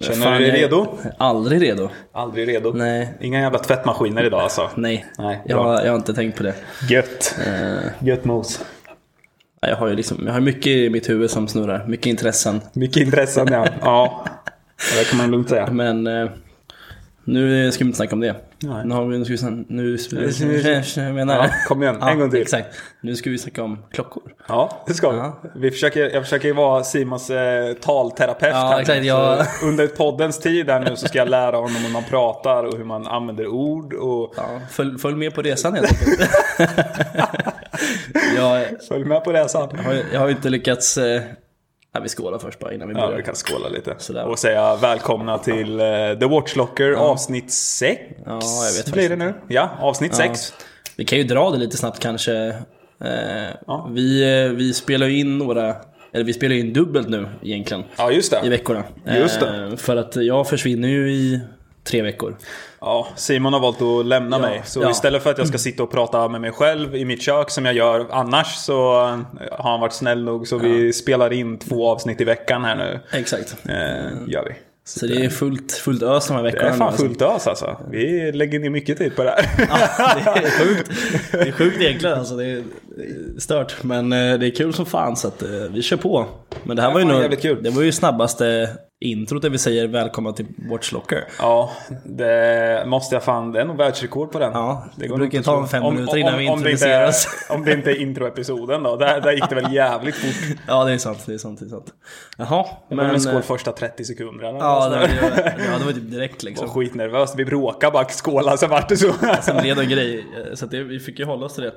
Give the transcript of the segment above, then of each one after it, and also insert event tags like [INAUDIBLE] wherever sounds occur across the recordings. Känner du dig jag är redo? Aldrig redo. Aldrig redo. Nej. Inga jävla tvättmaskiner idag alltså. Nej, Nej, jag, bra. har- jag har inte tänkt på det. Gött. Eh, Gött mos. jag har ju liksom, jag har mycket i mitt huvud som snurrar, mycket intressen. Mycket intressen [LAUGHS] ja. ja. Det kan man lugnt säga. Men eh, nu ska vi inte snacka om det. Nej. Nu, har vi, nu ska vi sn- nu, [LAUGHS] jag menar, Ja, kom igen, en gång till. Exakt. Nu ska vi snacka om klockor. Ja, det ska vi. Ja. vi försöker, jag försöker ju vara Simons eh, talterapeut Ja, här nu. exakt, Så jag- Under poddens tid här nu så ska jag lära honom hur man pratar och hur man använder ord. Och... Ja, följ, följ med på resan helt enkelt. [LAUGHS] jag, Följ med på resan. har, jag har ju inte lyckats... Eh, nej, vi skålar först bara innan vi Ja, börjar. vi kan skåla lite. Sådär. Och säga välkomna till eh, The Watchlocker avsnitt 6. Ja, jag vet Blir faktiskt det nu? Ja, avsnitt 6. Vi kan ju dra det lite snabbt kanske. Eh, Ja. vi, eh, vi spelar ju in några, eller vi spelar ju in dubbelt nu egentligen. Ja, just I det. veckorna. Just Eh, för att jag försvinner ju i tre veckor. Ja, Simon har valt att lämna mig. Så ja. istället för att jag ska sitta och prata med mig själv i mitt kök som jag gör annars så eh, har han varit snäll nog så vi spelar in två avsnitt i veckan här nu. Exakt. Eh, gör vi. Så det är fullt, fullt ös de här Det veckorna. är nu, fan alltså. fullt ös alltså. Vi lägger ner mycket tid på det här. det är sjukt. Det är sjukt egentligen alltså. Det är eh, stört. Men eh, det är kul som fan så att eh, vi kör på. Men det här var ju fan, nog- jävligt kul. Det var ju snabbaste introt där vi säger välkomna till [LAUGHS] Watchlocker. [LAUGHS] Ja, det måste jag fan. Det är nog världsrekord på den. Ja, det går brukar nog inte ta att tro. en fem Om- minuter om- innan vi om det inte- introduceras. [LAUGHS] Om det inte är introepisoden då. Där, där gick det väl jävligt fort. Ja det är sant, det är sant, det är sant. Jaha, Men, en eh, skål första 30 sekunderna. Ja, det var, det ju- ja, det var typ direkt var liksom. skitnervöst. Vi bråkade bara, skåla, sen vart det så. Sen blev Alltså, det en grej, eh, så att det, vi fick ju hålla oss till det.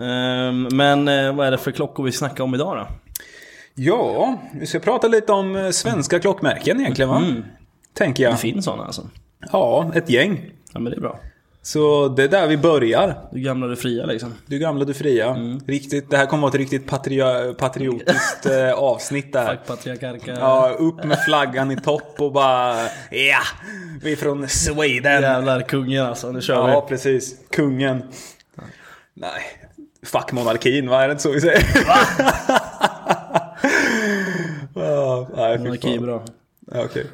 Ehm, Men eh, vad är det för klockor vi snackar om idag då? Ja, vi ska prata lite om eh, svenska klockmärken egentligen va? Tänker jag. Mm. Det finns sådana alltså. Ja, ett gäng. Ja men det är bra. Så det är där vi börjar. Du gamla, du fria liksom. Du gamla, du fria. Mm. Riktigt, det här kommer vara ett riktigt patrio- [LAUGHS] patriotiskt eh, avsnitt där. Tack patriarkarka. Ja, upp med flaggan i topp och bara ja, vi är från Sweden. Jävlar kungen alltså, nu kör Ja, precis. Kungen. Nej, fuck monarkin, vad är det inte så vi säger? [LAUGHS] Ja, nej, fy vi. fan. Monarki är bra. Ja, Okej.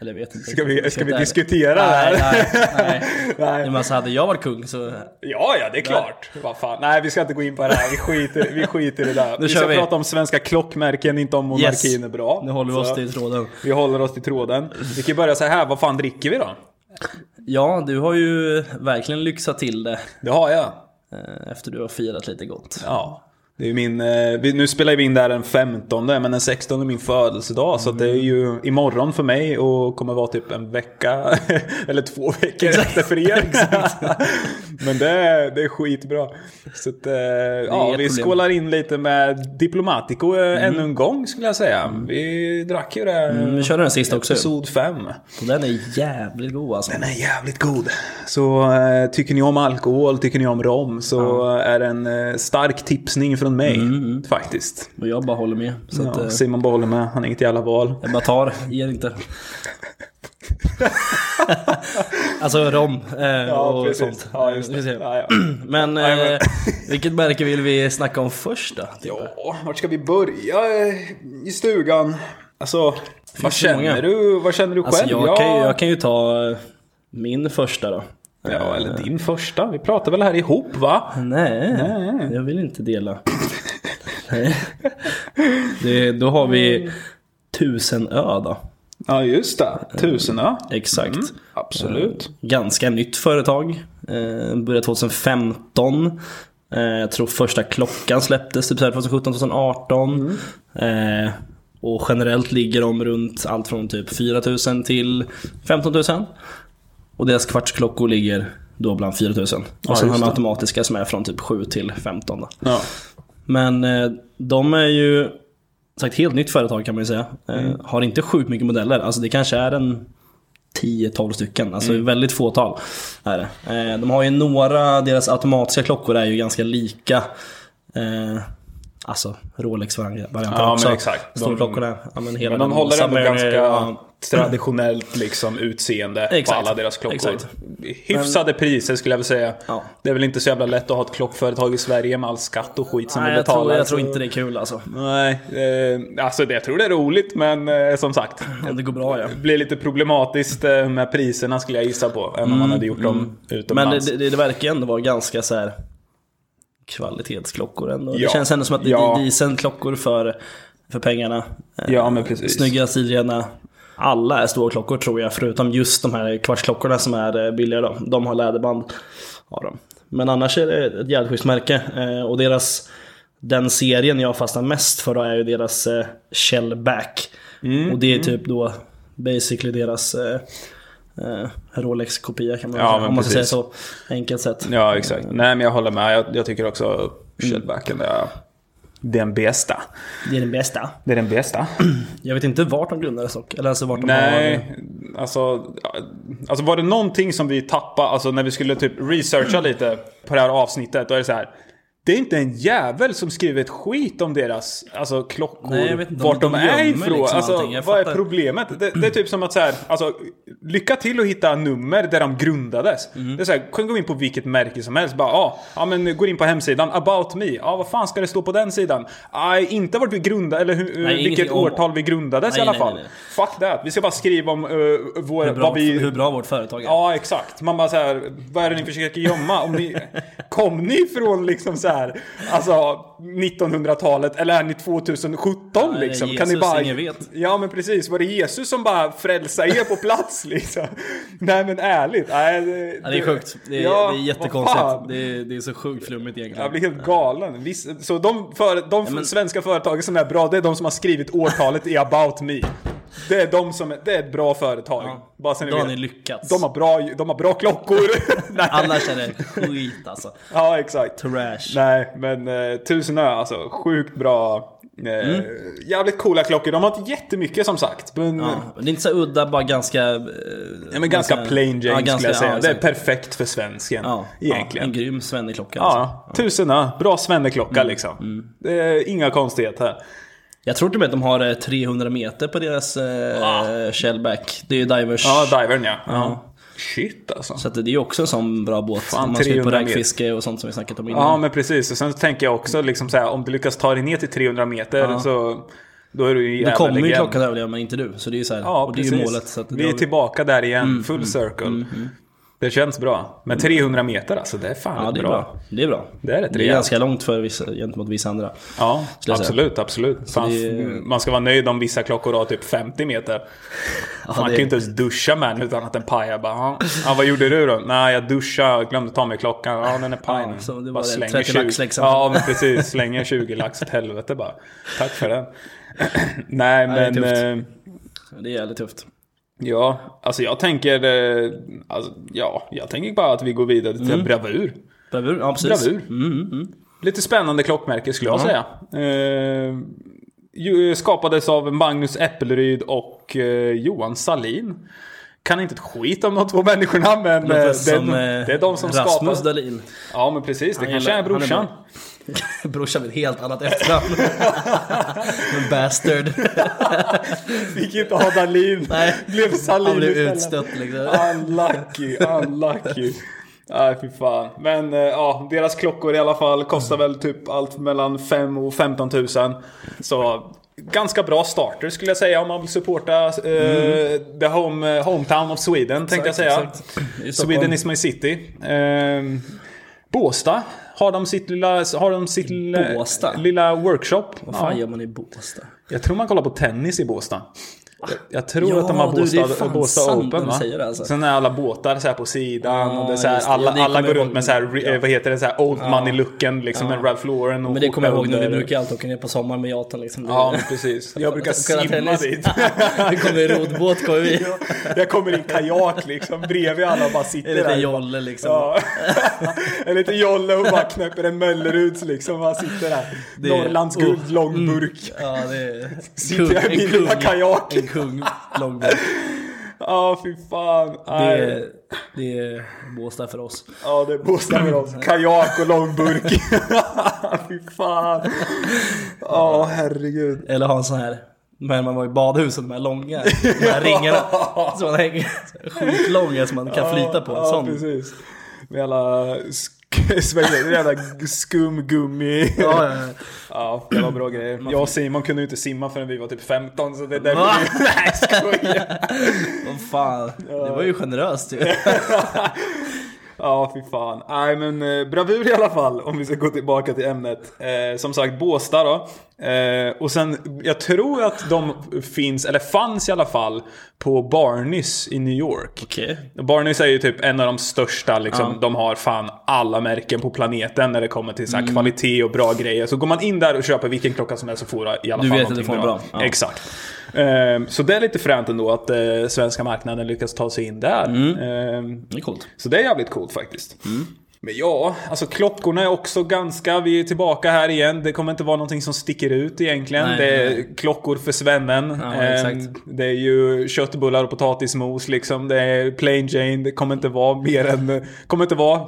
Eller jag vet inte. Ska vi, ska vi inte- diskutera det Nej, här? [LAUGHS] nej, nej. Nej. nej. Men alltså hade jag varit kung så... Ja, ja, det är klart. Vad fan. Nej, vi ska inte gå in på det här. Vi skiter, vi skiter i det där. vi kör ska vi. prata om svenska klockmärken, inte om monarkin är bra. Nu håller vi Så oss till tråden. Vi håller oss till tråden. Vi kan ju börja så här, vad fan dricker vi då? Ja, du har ju verkligen lyxat till det. Det har jag. eh, Efter du har firat lite gott. Ja. Det är ju min, eh, vi- nu spelar vi in där den 15 men den 16 är min födelsedag. Så att det är ju imorgon för mig och kommer vara typ en vecka [LAUGHS] eller två veckor efter för er. men det, är- det är skitbra. Så att, eh, ja, inget vi problem. skålar in lite med Diplomatico eh, ännu en gång skulle jag säga. Vi drack ju det. Mm, Vi körde den sista också. Episod 5. Och Den är jävligt god alltså. Den är jävligt god. Så eh, tycker ni om alkohol, tycker ni om rom så eh, är det en eh, stark tipsning från mig faktiskt. Och jag bara håller med. Så Mm, att, Ja, eh, Simon bara håller med, han är inget jävla val. jag bara tar, [LAUGHS] ger inte. alltså rom eh, och sånt. Ja, just Vi det. ska se. Ja, ja. Men Ja, jag eh, vilket märke vill vi snacka om först då? Typ? ja, vart ska vi börja eh, i stugan? Alltså, vad så känner, många. du, vad känner du själv? Alltså, jag, Ja, kan ju, jag kan ju ta eh, min första då. ja, eller din första. Vi pratar väl här ihop va? Nej, jag vill [LAUGHS] inte dela. Nej. Det, då har vi Tusenö då. Ja, just det. Tusenö. Exakt. Mm. eh. Absolut. ganska nytt företag. Eh, började 2015. Eh, jag tror första klockan släpptes typ 2017-2018. Eh, och generellt ligger de runt allt från typ 4 000 till 15 000. Och deras kvartsklockor ligger då bland 4 000. Och Ja, sen just har de det. automatiska som är från typ 7 till 15. Då. Ja. Men eh, de är ju sagt helt nytt företag kan man ju säga. Eh, Mm. Har inte sjukt mycket modeller. Alltså det kanske är en 10-12 stycken. Alltså Mm. väldigt fåtal är det. Eh, de har ju några, deras automatiska klockor är ju ganska lika. Eh, Alltså Rolex-varianten Ja, också. men exakt. Storklockorna. Ja, men hela Men de den håller ändå Submariner, ganska ja. traditionellt liksom, utseende Exakt. på alla deras klockor. Exakt. Hyfsade priser skulle jag väl säga. Ja. Det är väl inte så jävla lätt att ha ett klockföretag i Sverige med all skatt och skit som Nej, vi jag betalar. tror, jag så- tror inte det är kul alltså. Nej, eh, alltså det, jag tror det är roligt men eh, som sagt. Om det går bra ja. Det blir lite problematiskt eh, med priserna skulle jag gissa på. Även om man hade gjort dem Mm, Men utomlands. det, det, det verkar ju ändå vara ganska så här kvalitetsklockor ändå. Ja. Det känns ändå som att det Ja. är decent klockor för, för pengarna. Eh, Ja, men precis. Snygga, stilrena. Alla är stora klockor tror jag, förutom just de här kvartsklockorna som är eh, billigare. Då. De har läderband. Har de. Men annars är det ett jävligt schysst märke. Eh, Och deras, den serien jag fastnar mest för då är ju deras eh, Shellback. Mm, och det är typ då basically deras eh, eh, Rolex-kopia kan man Ja, säga. men Om man ska säga precis. så. Enkelt sett. Ja, exakt. Nej, men jag håller med. Jag, jag tycker Mm. också Shellbacken är den bästa. Det är den bästa. Det är den bästa. Jag vet inte vart de grundades dock. Eller alltså vart de har... Nej, alltså, alltså var det någonting som vi tappade, alltså när vi skulle typ researcha lite på det här avsnittet, då är det så här. Det är inte en jävel som skriver ett skit om deras alltså, klockor, Nej, jag vet inte om vart de, de är gömmer ifrån. liksom alltså, allting, jag vad är fattar. problemet? Det, det är typ som att så här, alltså, lycka till att hitta nummer där de grundades. Mm. Det är så här, kan gå in på vilket märke som helst, bara ah, ja, men går in på hemsidan, about me, ja ah, vad fan ska det stå på den sidan? Ah, inte vart vi grundade, eller hur, Nej, vilket ingenting om- årtal vi grundades i Nej, alla nej, fall. nej, nej. Fuck that. Vi ska bara skriva om eh, vår, Hur bra, vad vi... hur bra vårt företag är. Ja, exakt. Man bara så här, vad är det ni försöker gömma? Om [LAUGHS] ni, kom ni ifrån liksom så här, alltså 1900-talet eller är ni 2017 Nej, liksom? ni Jesus, ingen vet. Ja, men precis. Var det Jesus som bara frälsade er på plats [LAUGHS] liksom? Nej, men ärligt. Nej, det, Ja, det är sjukt. Det är, Ja, det vad är jättekonstigt. fan. Det är, det är så sjukt flummigt Jag egentligen. blir helt galen. Visst, så de, före- de men- svenska företagen som är bra, det är de som har skrivit årtalet i about me. Det är de som är, det är ett bra företag. Bara så ni Då har vet. ni lyckats. De har bra, de har bra [LAUGHS] klockor. [LAUGHS] Nej. Annars är det skit alltså. Ja, exakt. Trash. Nej, men eh, tusen ö alltså. Sjukt bra. Mm. Eh, Jävligt coola klockor. De har inte jättemycket som sagt. Men, Ja, men det är inte så udda, bara ganska... eh, ja, men ganska plain Jane ja, skulle jag säga. ja, det är exakt. perfekt för svensken. ja, Ja, en Mm. egentligen. grym svenneklocka. Ja, Alltså. tusen ö. Bra svenneklocka liksom. Det är inga konstigheter. Jag tror till och med att de har eh, 300 meter på deras eh, shellback. Det är ju divers. Ah. Ja, divern ja. ja. Shit alltså. Så att det är ju också en sån bra båt. om man ska ut på 300 räkfiske och sånt som vi snackat om innan. Ja, men precis. Och sen så tänker jag också liksom så här, om du lyckas ta dig ner till 300 meter så då är du ju Då jävla kommer ju legend. klockan överleva men inte du. Så det är ju så här, Ja, och det är precis. ju målet. Så att Mm, det vi är har tillbaka där igen, full circle. Det känns bra. Men 300 meter alltså, det är fan mm. Ja, rätt det är bra. bra. Det är bra. Det är rätt rejält. ganska långt för vissa, gentemot vissa andra. Ja, jag säga. absolut, absolut. Fan, det- mm, Man ska vara nöjd om vissa klockor har typ 50 [LAUGHS] meter. man kan det- ju inte ens duscha med den utan att den pajar. Bara, "Ja, ja, vad gjorde du då? Nej, jag duschade och glömde ta med klockan. Ja, den är paj Ja, nu." så det var Bara det. slänger 30 lax 20. liksom. Ja, men precis. Slänger 20 lax åt helvete bara. Tack för den. [CLEARS THROAT] Nej, det är men... tufft. eh, Det är jävligt tufft. Ja, alltså jag tänker... eh, Alltså, ja, jag tänker bara att vi går vidare till Mm. bravur. Bravur, ja precis. Mm, Bravur. Eh, Lite spännande klockmärke skulle jag säga. Eh, ju- eh, skapades av Magnus Äppelryd och eh, Johan Salin. Kan inte ett skit om de två människorna men eh, det, Låter är, som, eh, det är de som Rasmus skapar. Dahlin. [LAUGHS] Ja men precis, det Han kanske gillar- är han är brorsan. bra. Brorsan med ett helt [LAUGHS] annat efternamn. Men bastard. Fick inte ha Dahlin. Nej, blev Salin Han blev istället. Ah, utstött liksom. Unlucky, unlucky. Nej Ah, fy fan. Men eh, ja, deras klockor i alla fall kostar väl typ allt mellan 5 och 15 000. Så ganska bra starter skulle jag säga om man vill supporta eh, the home, hometown of Sweden tänkte jag säga. exakt. I Stockholm. Sweden is my city. Ehm, Båstad har de sitt lilla, har de sitt lilla- Båstad? lilla workshop. Vad fan Ja. gör man i Båstad? Jag tror man kollar på tennis i Båstad. Jag, jag tror Ja, att de har du, det är Båstad, fan Båstad sant när Open du va? säger det, alltså. Sen är alla båtar så här på sidan Ja, och det är så här, just det. Ja, alla, det alla kommer går jag runt med så här, re- eh, vad heter det, så här old money-looken liksom med Ralph Lauren och Men det kommer jag skjorta ihåg nu, vi under. brukar alltid åka ner på sommaren med yachten liksom. Ja, men precis. Jag brukar Spela simma tennis. dit. [LAUGHS] [LAUGHS] Vi kommer i rodbåt kommer vi. Jag kommer i en kajak liksom bredvid alla och bara Det sitter är lite där. jolle liksom. Ja. [LAUGHS] En liten jolle och bara knäpper en Mölleruds liksom. Man sitter där. Det är- Mm. Norrlands oh, guld, lång burk. Ja, det är Sitter jag i min lilla kajak. En kung långbåt. Ja, fy fan. Det Nej. är, det är Båstad för oss. Ja, det är Bostad med [LAUGHS] oss. Kajak och långburk. [LAUGHS] fy fan. Ja, herregud. Eller ha en sån här, när man var i badhuset, de här långa de här ringarna. Som man hänger, skitlånga som man kan flyta på. En Ja, sån. precis. Med alla sk- [LAUGHS] svänger, det är jävla skumgummi. Ja, ja, ja. Ja, det var bra grejer. Jag och Simon kunde ju inte simma förrän vi var typ 15 [LAUGHS] så det är därför Va? vi... Nej, skojar. Åh, fan, det var ju generöst ju. Ja, fy fan. Nej, men eh, bravur i alla fall om vi ska gå tillbaka till ämnet. Eh, som sagt, Båstad då. Eh, och sen, jag tror att de finns, eller fanns i alla fall, på Barnys i New York. Okej. Barnys är ju typ en av de största, liksom, Ja. de har fan alla märken på planeten när det kommer till så här Mm. kvalitet och bra grejer. Så går man in där och köper vilken klocka som helst så får du i alla Du fall vet att du någonting får bra. Ja. Exakt. Ehm, Så det är lite fränt ändå att eh, svenska marknaden lyckas ta sig in där. Mm. Ehm, Det är coolt. Så det är jävligt coolt faktiskt. Mm. Men ja, alltså klockorna är också ganska, vi är tillbaka här igen. Det kommer inte vara någonting som sticker ut egentligen. Nej, det är nej. klockor för svennen. Ja, Ehm, exakt. det är ju köttbullar och potatismos liksom. Det är plain Jane. Det kommer inte vara mer än... kommer inte vara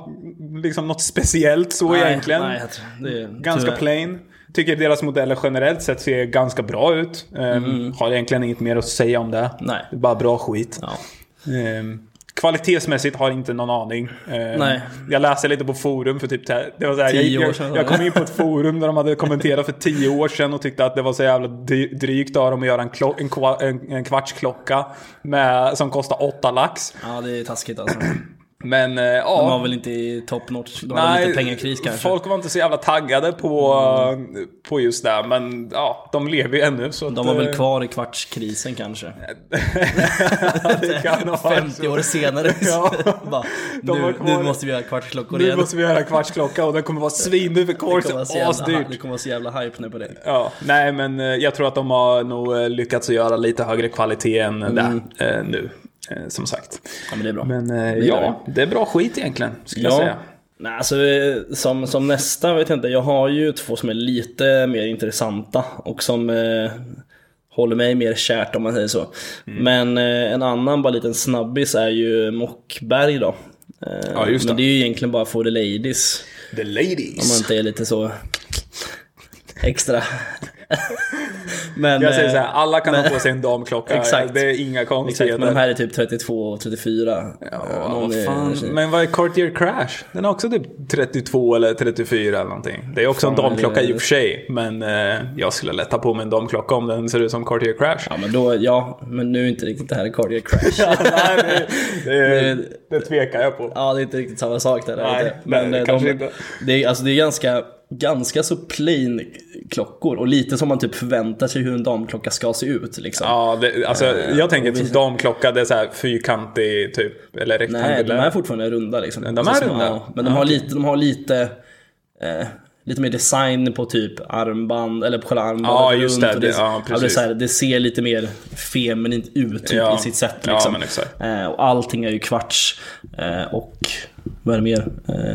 liksom något speciellt så egentligen. Nej, jag tror- det är, Ganska tyvärr. plain. Tycker deras modeller generellt sett ser ganska bra ut. Ehm, Har egentligen inget mer att säga om det. Mm. Nej. Det är bara bra skit. Ja. Ehm, Kvalitetsmässigt har jag inte någon aning. Ehm, Nej. Jag läste lite på forum för typ te- det var så här, jag, Tio år jag, sedan. jag kom in på ett forum där de hade kommenterat för tio år sedan och tyckte att det var så jävla dy- drygt av dem att göra en, klo- en, kva- en, en kvartsklocka med, som kostar åtta lax. Ja, det är taskigt [CLEARS THROAT] alltså. Men eh, De var ja. väl inte i top notch. De hade lite pengakris kanske. Mm. folk var inte så jävla taggade på, på just det. Men ja, de lever ju ännu. Så eh, De var väl kvar i kvartskrisen kanske. [LAUGHS] det [LAUGHS] kan ha varit så. 50 år senare. Ja. [LAUGHS] Bara, De var nu, kvar. nu måste vi göra kvartsklockor Nu igen. måste vi göra en kvartsklocka och den kommer vara svindyr för Det korset. kommer vara så jävla, Asdyrt. det kommer vara så jävla hype nu på det. Ja, nej men eh, jag tror att de har nog eh, lyckats att göra lite högre kvalitet än det eh, nu. eh, Som sagt. Ja, men det är Mm. bra. Men eh, gillar ja, det är bra skit egentligen. Ska jag säga. Nej, alltså, eh, som, som nästa vet jag inte. Jag har ju två som är lite mer intressanta och som eh, håller mig mer kärt om man säger så. Men eh, en annan bara liten snabbis är ju Mockberg då. Eh, Ja, just men det. det är ju egentligen bara for the ladies. The Om man ladies. inte är lite så [LAUGHS] extra. men, Jag säger eh, så här, alla kan ha på sig en damklocka. [LAUGHS] Exakt. Det är inga Exakt, konstigheter. men de här är typ 32 och 34. Ja, Någon vad är- fan. Men vad är Cartier Crash? Den är också typ 32 eller 34 eller någonting. Det är också en Fan, damklocka det- i och för sig. Men eh, jag skulle lätta på mig en damklocka om den ser ut som Cartier Crash. Ja men då, ja, men nu är inte riktigt det här cardiac crash. [LAUGHS] Nej, det, det, [LAUGHS] Det- det tvekar jag på. ja det är inte riktigt samma sak där. Nej, är det. nej, eh, kanske de, inte. Det är, alltså, det är ganska, ganska så plain klockor och lite som man typ förväntar sig hur en damklocka ska se ut liksom. Ja, det, alltså, Eh, jag tänker att damklocka det är så här fyrkantig typ, eller Nej, de rektangulär. är fortfarande runda liksom. de är Så som- runda? Ja, men de har lite, de har lite, eh, lite mer design på typ armband, eller på själva armbandet Ja, just det, och det- ja, det, är precis. så här, det ser lite mer feminint ut typ, Ja. i sitt sätt Ja, liksom. men exakt. eh, och allting är ju kvarts eh, och vad är det mer?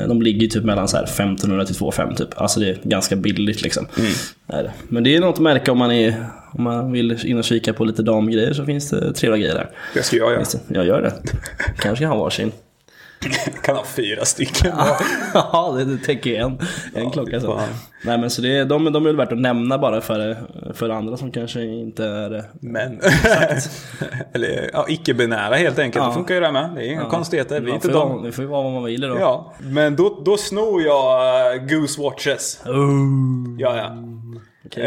Eh, de ligger ju typ mellan så här 1500 till 2500 typ. Alltså det är ganska billigt liksom. Mm. Är det. Men det är något att märka om man, är, om man vill in och kika på lite damgrejer så finns det trevliga grejer där. Det ska jag göra. Just det, Jag gör det. Kanske kan ha varsin. [LAUGHS] Kan ha fyra stycken. ja, [LAUGHS] det, det täcker ju en, en klocka. Så. fan. Nej, men så det, är- de, de är väl värt att nämna bara för, för andra som kanske inte är... Men, [LAUGHS] eller ja, icke-binära helt enkelt. Det funkar ju det med. Det är inga konstigheter. Vi är Man inte får ju dam. vara- Det får ju vara vad man vill då. Ja, men då, då snor jag eh, Goose Watches. Oh. Ja, ja. Okej.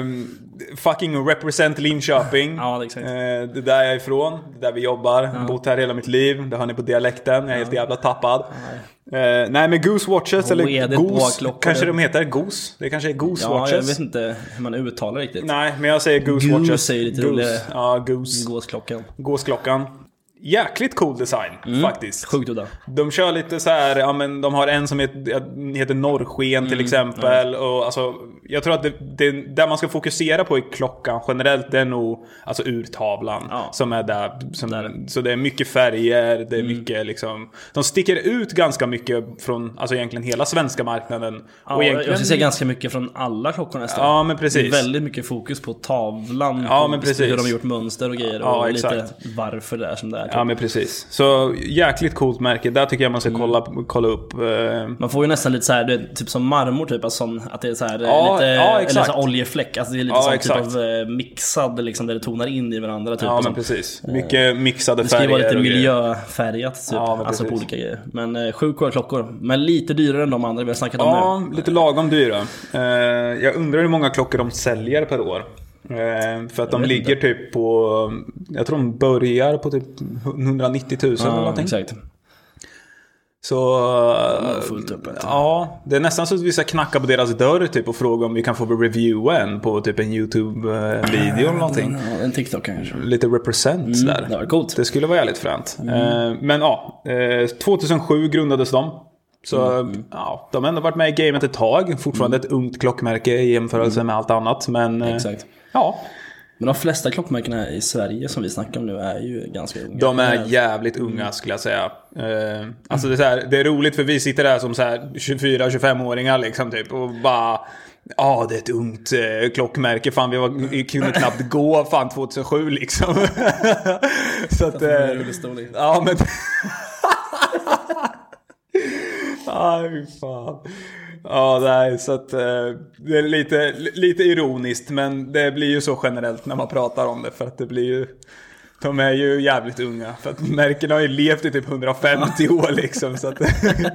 Ehm, fucking represent Linköping. Ja, exakt. Eh, det är där jag är ifrån, det är där vi jobbar. Bott här hela mitt liv. Det hör ni på dialekten. Jag är helt jävla tappad. Nej, nej men Goose Oh, Watches, eller Redigt Goose. bra klockor. Kanske de heter Goose. Det kanske är Goose ja, jag Watches. vet inte hur man uttalar riktigt. Nej, men jag säger Goose, Goose Watches. är ju lite Goose. roligare. Ja, Goose. Gåsklockan. Gåsklockan. Jäkligt cool design faktiskt. Mm. Sjukt udda. De kör lite så här, ja men de har en som heter, heter Norrsken Mm, till exempel. Och alltså, jag tror att det, det, där man ska fokusera på i klockan generellt, det är nog alltså urtavlan. Ja. Som är där. Som, Så det är mycket färger, det är Mm. mycket liksom. De sticker ut ganska mycket från, alltså egentligen hela svenska marknaden. Ja, Jag skulle säga ganska mycket från alla klockor nästan. Ja, men precis. Det är väldigt mycket fokus på tavlan. Ja, på men precis. Hur de har gjort mönster och grejer. Ja, och lite exakt. varför det är som det är. typ. Ja men precis. Så jäkligt coolt märke. Där tycker jag man ska Mm. kolla, kolla upp. eh, Man får ju nästan lite så här, det är typ som marmor typ, alltså, sån- att det är så här, Ja, lite, ja, eller exakt. så här oljefläck. Alltså det är lite Ja, sån exakt. typ av eh, mixad, liksom, där det tonar in i varandra. Typ, Ja och men sånt. precis. Mycket mixade Eh, det ska ju färger. vara lite och grejer. miljöfärgat typ. Ja, men alltså på precis. olika grejer. Men eh, sjukt coola klockor. Men lite dyrare än de andra vi har snackat om Ja, nu. lite lagom dyra. Eh, jag undrar hur många klockor de säljer per år. Eh, för att de ligger typ på, jag tror de börjar på typ 190 000 eller Ja, någonting. exakt. Så... eh, fullt upp, vet du. Ja, det är nästan så att vi ska knacka på deras dörr typ och fråga om vi kan få reviewa en på typ en YouTube-video eller någonting. Ja, en TikTok kanske. Mm, Lite represents där. det var coolt. Det skulle vara jävligt fränt. Eh, men ja, eh, 2007 grundades de. Så ja, de har ändå varit med i gamet ett tag. Fortfarande ett ungt klockmärke i jämförelse med allt annat. Men eh, Exakt. ja, Men de flesta klockmärkena i Sverige som vi snackar om nu är ju ganska unga. de [LAUGHS] är jävligt unga skulle jag säga. Eh, alltså det, är så här, det är roligt för vi sitter där som så här 24-25-åringar liksom typ och bara... Ja, det är ett ungt eh, klockmärke. Fan, vi, var, vi kunde knappt gå fan 2007 liksom. [LAUGHS] så att... eh, Ja men... Aj fy fan. Ja nej så att eh, det är lite, lite ironiskt men det blir ju så generellt när man pratar om det för att det blir ju de är ju jävligt unga för att märkena har ju levt i typ 150 år liksom så att [LAUGHS]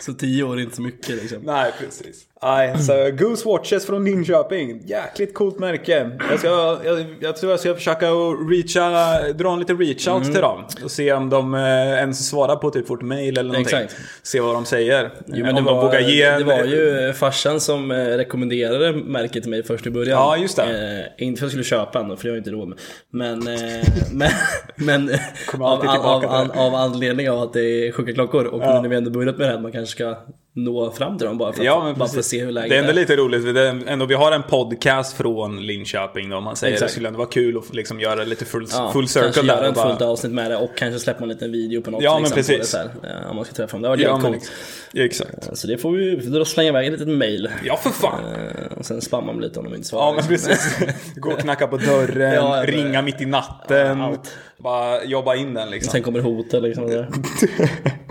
Så tio år är inte så mycket liksom. Nej precis. Nej, så Goose Watches från Linköping. Jäkligt coolt märke. Jag, ska, jag, jag tror jag ska försöka att reacha, dra en liten reach out Mm. till dem. Och se om de eh, ens svarar på typ vårt mail eller någonting. Exakt. Se vad de säger. Jo, men det, om de var, vågar ge det en- var ju farsan som eh, rekommenderade märket till mig först i början. Ja, just det. Eh, inte för att jag skulle köpa en då, för jag har inte råd med. Men, eh, [LAUGHS] men, men eh, Kommer av, alltid av, av, tillbaka till av, det. av anledning av att det är sjuka klockor och nu när vi ändå börjat med det här, man kanske ska nå fram till dem bara för att, Ja, men bara för att precis. se hur läget Det är ändå lite roligt. för Det är ändå, vi har en podcast från Linköping då, om man säger. Exakt. Det skulle ändå vara kul att liksom göra lite full, Ja, full circle kanske göra där. och ett bara- fullt avsnitt med det och kanske släppa en liten video på något Ja, men liksom, precis. På det, så här, eh, om man ska träffa dem. Det var ja, ja, men, coolt. exakt. Så det får vi, vi får dra och slänga iväg ett litet mail. Ja för fan. Eh, Och sen spammar man lite om de inte svarar. Ja men precis. [LAUGHS] Gå och knacka på dörren, Liksom. Ja, jag- ringa mitt i natten. Allt. Bara jobba in den liksom. Sen kommer hotet [LAUGHS] liksom. Det.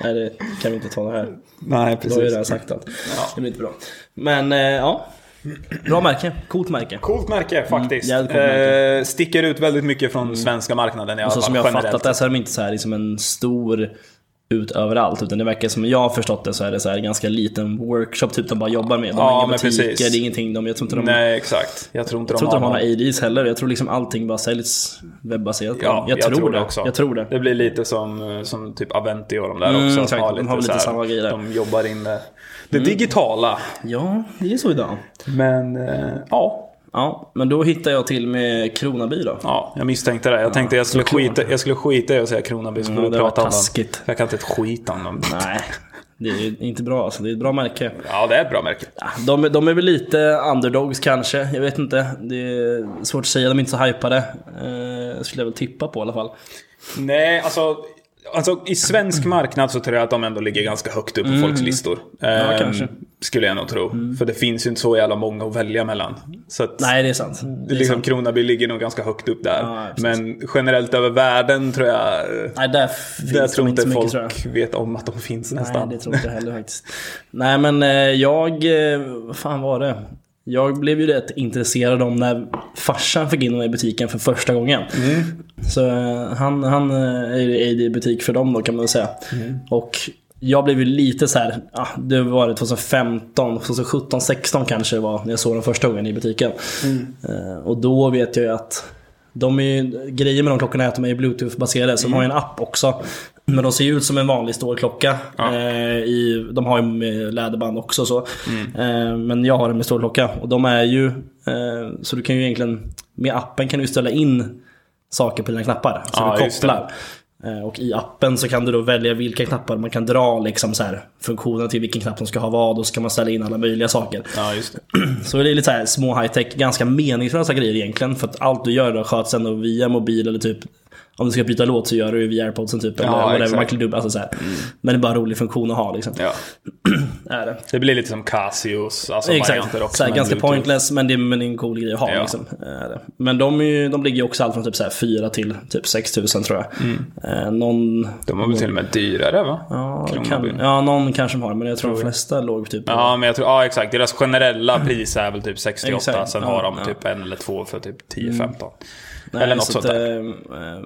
Nej det kan vi inte ta det här. Nej Då har jag ju precis. redan sagt allt. Det blir inte bra. Men eh, ja. Bra märke. Coolt märke. Alltså, Coolt märke faktiskt. Mm, jävligt coolt märke. Mm. Eh, sticker ut väldigt mycket från svenska marknaden i alla Så fall. som jag har generellt. fattat det så är de inte så här liksom en stor ut överallt. Utan det verkar som jag har förstått det så är det så här ganska liten workshop typ de bara jobbar med. De Ja, har inga men butiker, precis. det är ingenting. De, jag tror inte de Nej exakt. Jag tror inte Jag tror inte de de har någon- några ADs heller. Jag tror liksom allting bara säljs webbaserat. på Ja, dem. jag, tror, det. också. Jag tror det. Det blir lite som, som typ Aventi och de där Mm, också. exakt. Har De har väl så lite här- samma grej där. Mm. De jobbar in det, det digitala. Ja, det är så idag. Men eh, ja. Ja, men då hittar jag till med Kronaby då. ja, jag misstänkte det. Jag tänkte jag skulle, skita, jag skulle skita i att säga Kronaby. Skulle Ja, Mm, det vi prata var om dem. taskigt. Jag kan inte ett skit om dem. Nej, det är ju inte bra alltså. Det är ett bra märke. Ja, det är ett bra märke. Ja, De, de är väl lite underdogs kanske. Jag vet inte. Det är svårt att säga. De är inte så hypade. Eh, skulle jag väl tippa på i alla fall. Nej, alltså... Alltså i Mm. svensk marknad så tror jag att de ändå ligger ganska högt upp på folks listor. Ehm, kanske. Mm. Skulle jag nog tro. För det finns ju inte så jävla många att välja mellan. Så att Nej, det är sant. det liksom, Kronaby ligger nog ganska högt upp där. Ja, precis. Men generellt över världen tror jag... Nej, där finns Där de tror inte inte så mycket tror jag. folk vet om att de finns Nej, nästan. det tror inte jag heller faktiskt. Nej, men eh, jag... eh, Vad fan var det? Jag blev ju rätt intresserad om när farsan fick in mig i butiken för första gången. Så eh, han, han eh, är ju AD i butik för dem då kan man väl säga. Och jag blev ju lite så här, ja, det var det 2015, 2017, 16 kanske det var när jag såg dem första gången i butiken. Eh, Och då vet jag ju att de är ju, grejen med de klockorna är att de är bluetooth-baserade, så de har ju en app också. Men de ser ju ut som en vanlig stor klocka. Eh, i, de har ju med läderband också. Så. Mm. Eh, men jag har den med stor klocka. Och de är ju, eh, så du kan ju egentligen, med appen kan du ju ställa in saker på dina knappar. Så Ja, du just kopplar. Eh, Och i appen så kan du då välja vilka knappar man kan dra liksom så här, funktionen till vilken knapp som ska ha vad och så kan man ställa in alla möjliga saker. Ja, just det. Så det är lite så här små high-tech, ganska meningslösa grejer egentligen. För att allt du gör då sköts ändå via mobil eller typ om du ska byta låt så gör du det via airpodsen typ. Eller Ja, whatever, exakt. Mm. man klipper upp, alltså så här. Men det är bara en rolig funktion att ha liksom. Ja. Är det. Det blir lite som Casios, alltså Exakt, varianter också. så här, med ganska Bluetooth. pointless men det, är- men det är en cool grej att ha. Ja. Liksom. Är det. Men de, är ju, de ligger ju också allt från typ så här 4 till typ 6000 tror jag. Mm. Eh, Någon, De var väl till och med dyrare va? ja, Kronobyn. kan, ja, någon kanske de har men jag tror de flesta låg typ Ja, men jag tror, ja exakt. Deras generella pris är väl typ 68. Exakt, Sen ja, har de ja. Mm. typ en eller två för typ 10-15. Nej, eller något så sånt att, där. eh, eh,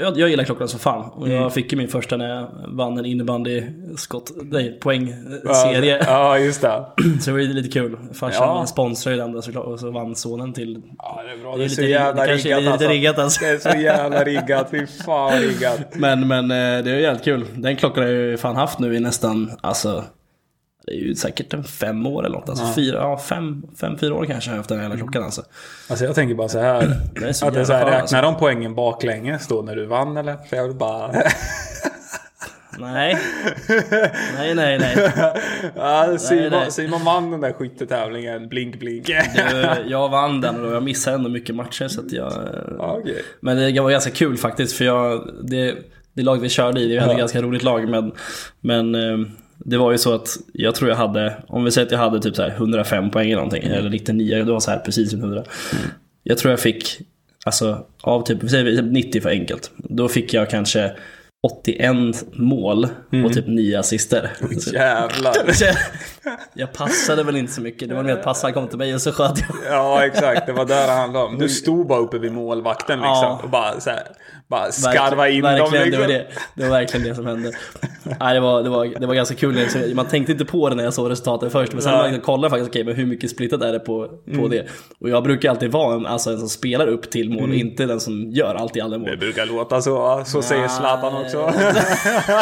jag, jag gillar klockan som fan. Och Mm. jag fick ju min första när jag vann en innebandy skott, nej, poängserie. Ja, just det. [CLEARS THROAT] Så det var ju lite kul. Farsan Ja. sponsrade ju den där såklart och så vann sonen till... Ja, det är bra. Det Det är är så lite- jävla det kanske är lite riggat alltså. riggat, alltså. Det är så jävla riggat. Fy fan vad riggat. [LAUGHS] Men, men eh, det är ju jävligt kul. Den klockan har jag ju fan haft nu i nästan, alltså det är ju säkert en fem år eller något. Alltså fyra, ja fem, fem, fyra år kanske har jag haft den här jävla klockan alltså. Alltså jag tänker bara så här. är så att det är så här jävla alltså. räknar skön, de poängen baklänges då när du vann eller? För jag vill bara... [LAUGHS] Nej. Nej, nej, nej. ja, Simon, nej. Simon vann den där skyttetävlingen. Blink blink. Eh, Jag vann den och jag missade ändå mycket matcher så att jag... eh, [LAUGHS] Ja, Okej. Men det var ganska kul faktiskt för jag, det, det lag vi körde i, det var ett ganska roligt lag men, men eh, det var ju så att jag tror jag hade, om vi säger att jag hade typ så här 105 poäng eller någonting, eller 99, det var så här precis runt 100. Jag tror jag fick, alltså av typ, vi säger typ 90 för enkelt, då fick jag kanske 81 mål och typ 9 assister. Så- Jävlar. [LAUGHS] så jag- Jag passade väl inte så mycket, det var mer att passaren kom till mig och så sköt jag. Ja exakt, det var där det handlade om. Du stod bara uppe vid målvakten liksom. Ja. Och bara, så här, bara skarva in verkligen, dem liksom. det, var det, det var verkligen det som hände. Nej, det, var, det, var, det var ganska kul, liksom. man tänkte inte på det när jag såg resultatet först. Men sen när man kollar faktiskt, okej men hur mycket splittat är det på, på Mm. det? Och jag brukar alltid vara en, alltså, en som spelar upp till mål, Mm. inte den som gör allt i alla mål. Det brukar låta så. Så säger Zlatan också. [LAUGHS]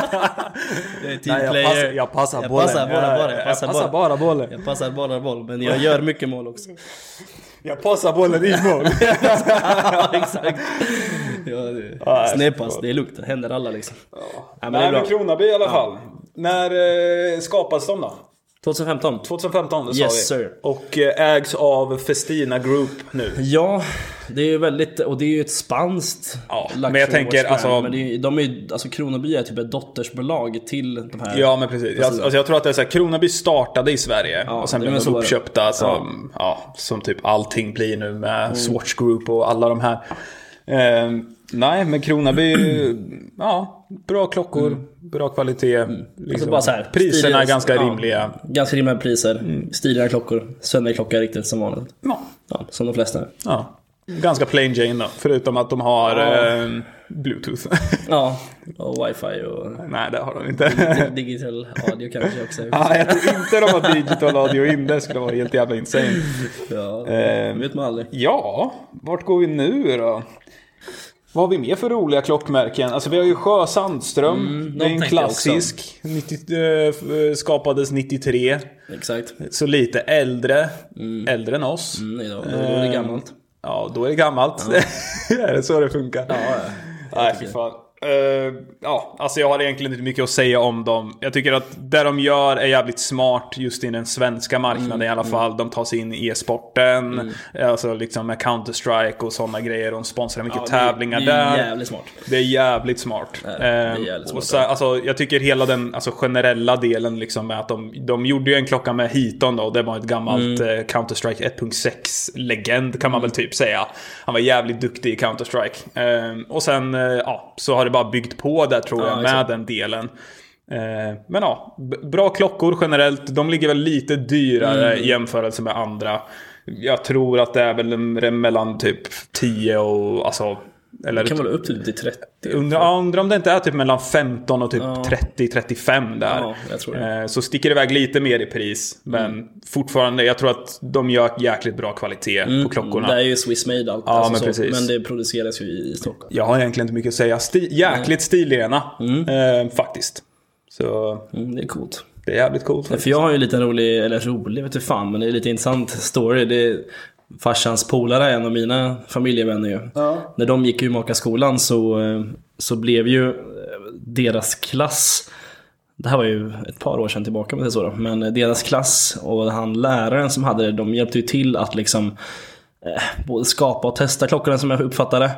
Jag är team Nej, jag, player. pass, jag passar jag bollen. Passar bara, jag, bara, jag passar, passar bara. bara bollen. Jag passar bara boll, men jag gör mycket [LAUGHS] mål också. Jag passar bollen i mål. [LAUGHS] ja, exakt. Ja, det- Ja, jag Snedpass, förstår. det är lugnt. Det händer alla liksom. Ja, men det är Nej bra. men Kronaby i alla fall. När eh, skapades de då? 2015. 2015 det Yes, sa vi. sir. Och eh, ägs av Festina Group nu. Ja, det är ju väldigt, och det är ju ett spanskt Ja, luxury men jag tänker, watch brand, alltså- men det är, ju- de är ju, alltså Kronoby är typ ett dottersbolag till de här Ja men precis. Jag, alltså, jag tror att det är så här, Kronaby startade i Sverige och sen det blev var de så var det. uppköpta som, ja. som typ allting blir nu med Mm. Swatch Group och alla de här. Ehm, nej men Kronaby, ja bra klockor, bra kvalitet. Liksom. Mm. Alltså, bara så här, Priserna är stiliga- ganska ja. rimliga. ganska rimliga priser, Mm. stiliga klockor, sönderklocka riktigt som vanligt. Ja, Ja, som de flesta. ja. Ganska plain Jane då, förutom att de har Ja. ehm, Bluetooth. Ja, och wifi och [LAUGHS] nej det har de inte. digital audio kanske också. [LAUGHS] Ja, jag tror inte de har digital audio in, det skulle vara helt jävla insane. Ja, det Ehm, vet man aldrig. Ja, vart går vi nu då? Vad har vi mer för roliga klockmärken? Alltså vi har ju Sjö Sandström. det är Mm, de en tänkte jag också. klassisk. 90, eh, f- eh, skapades 93. Exakt. Så lite äldre. Äldre än oss. Mm, idag, då, då Eh. är det gammalt. Ja, då är det gammalt. är [LAUGHS] det så det funkar? Ja, ja. Nej, fy fan. Eh, ja, alltså jag har egentligen inte mycket att säga om dem. Jag tycker att det de gör är jävligt smart just i den svenska marknaden Mm, i alla fall. De tar sig in i e-sporten, alltså liksom med Counter-Strike och sådana grejer. De sponsrar mycket Ja, det- tävlingar det är där. jävligt smart. Det är jävligt smart. det är Eh, jävligt smart, och så, alltså, jag tycker hela den alltså, generella delen liksom med att de, de gjorde ju en klocka med Heaton då. och Det var ett gammalt Mm. eh, Counter-Strike 1.6-legend kan man väl typ säga. Han var jävligt duktig i Counter-Strike. Eh, och sen eh, ja, så har det bara byggt på där tror Ja, jag med exakt. den delen. Eh, Men ja, b- bra klockor generellt. De ligger väl lite dyrare Mm. i jämförelse med andra. Jag tror att det är väl en- mellan typ 10 och alltså... Eller Det kan vara upp typ till typ 30. Undrar, ja, undrar om det inte är typ mellan 15 och typ 30-35 där. Ja, jag tror det. Mm. Eh, Så sticker det iväg lite mer i pris. Men fortfarande, jag tror att de gör jäkligt bra kvalitet på klockorna. Det är ju Swiss made allt. alltså Ja, men så, precis. men det produceras ju i Stockholm. Jag har egentligen inte mycket att säga. Sti- jäkligt stilrena eh, faktiskt. Så Mm, det är coolt. det är jävligt coolt. För jag har ju en liten rolig, eller rolig vet du fan, men det är lite intressant story. Det är farsans polare, en av mina familjevänner ju. När de gick i skolan så eh, så blev ju eh, deras klass det här var ju ett par år sedan tillbaka om man säger så då. Men eh, deras klass och han läraren som hade det, de hjälpte ju till att liksom eh, både skapa och testa klockorna som jag uppfattade.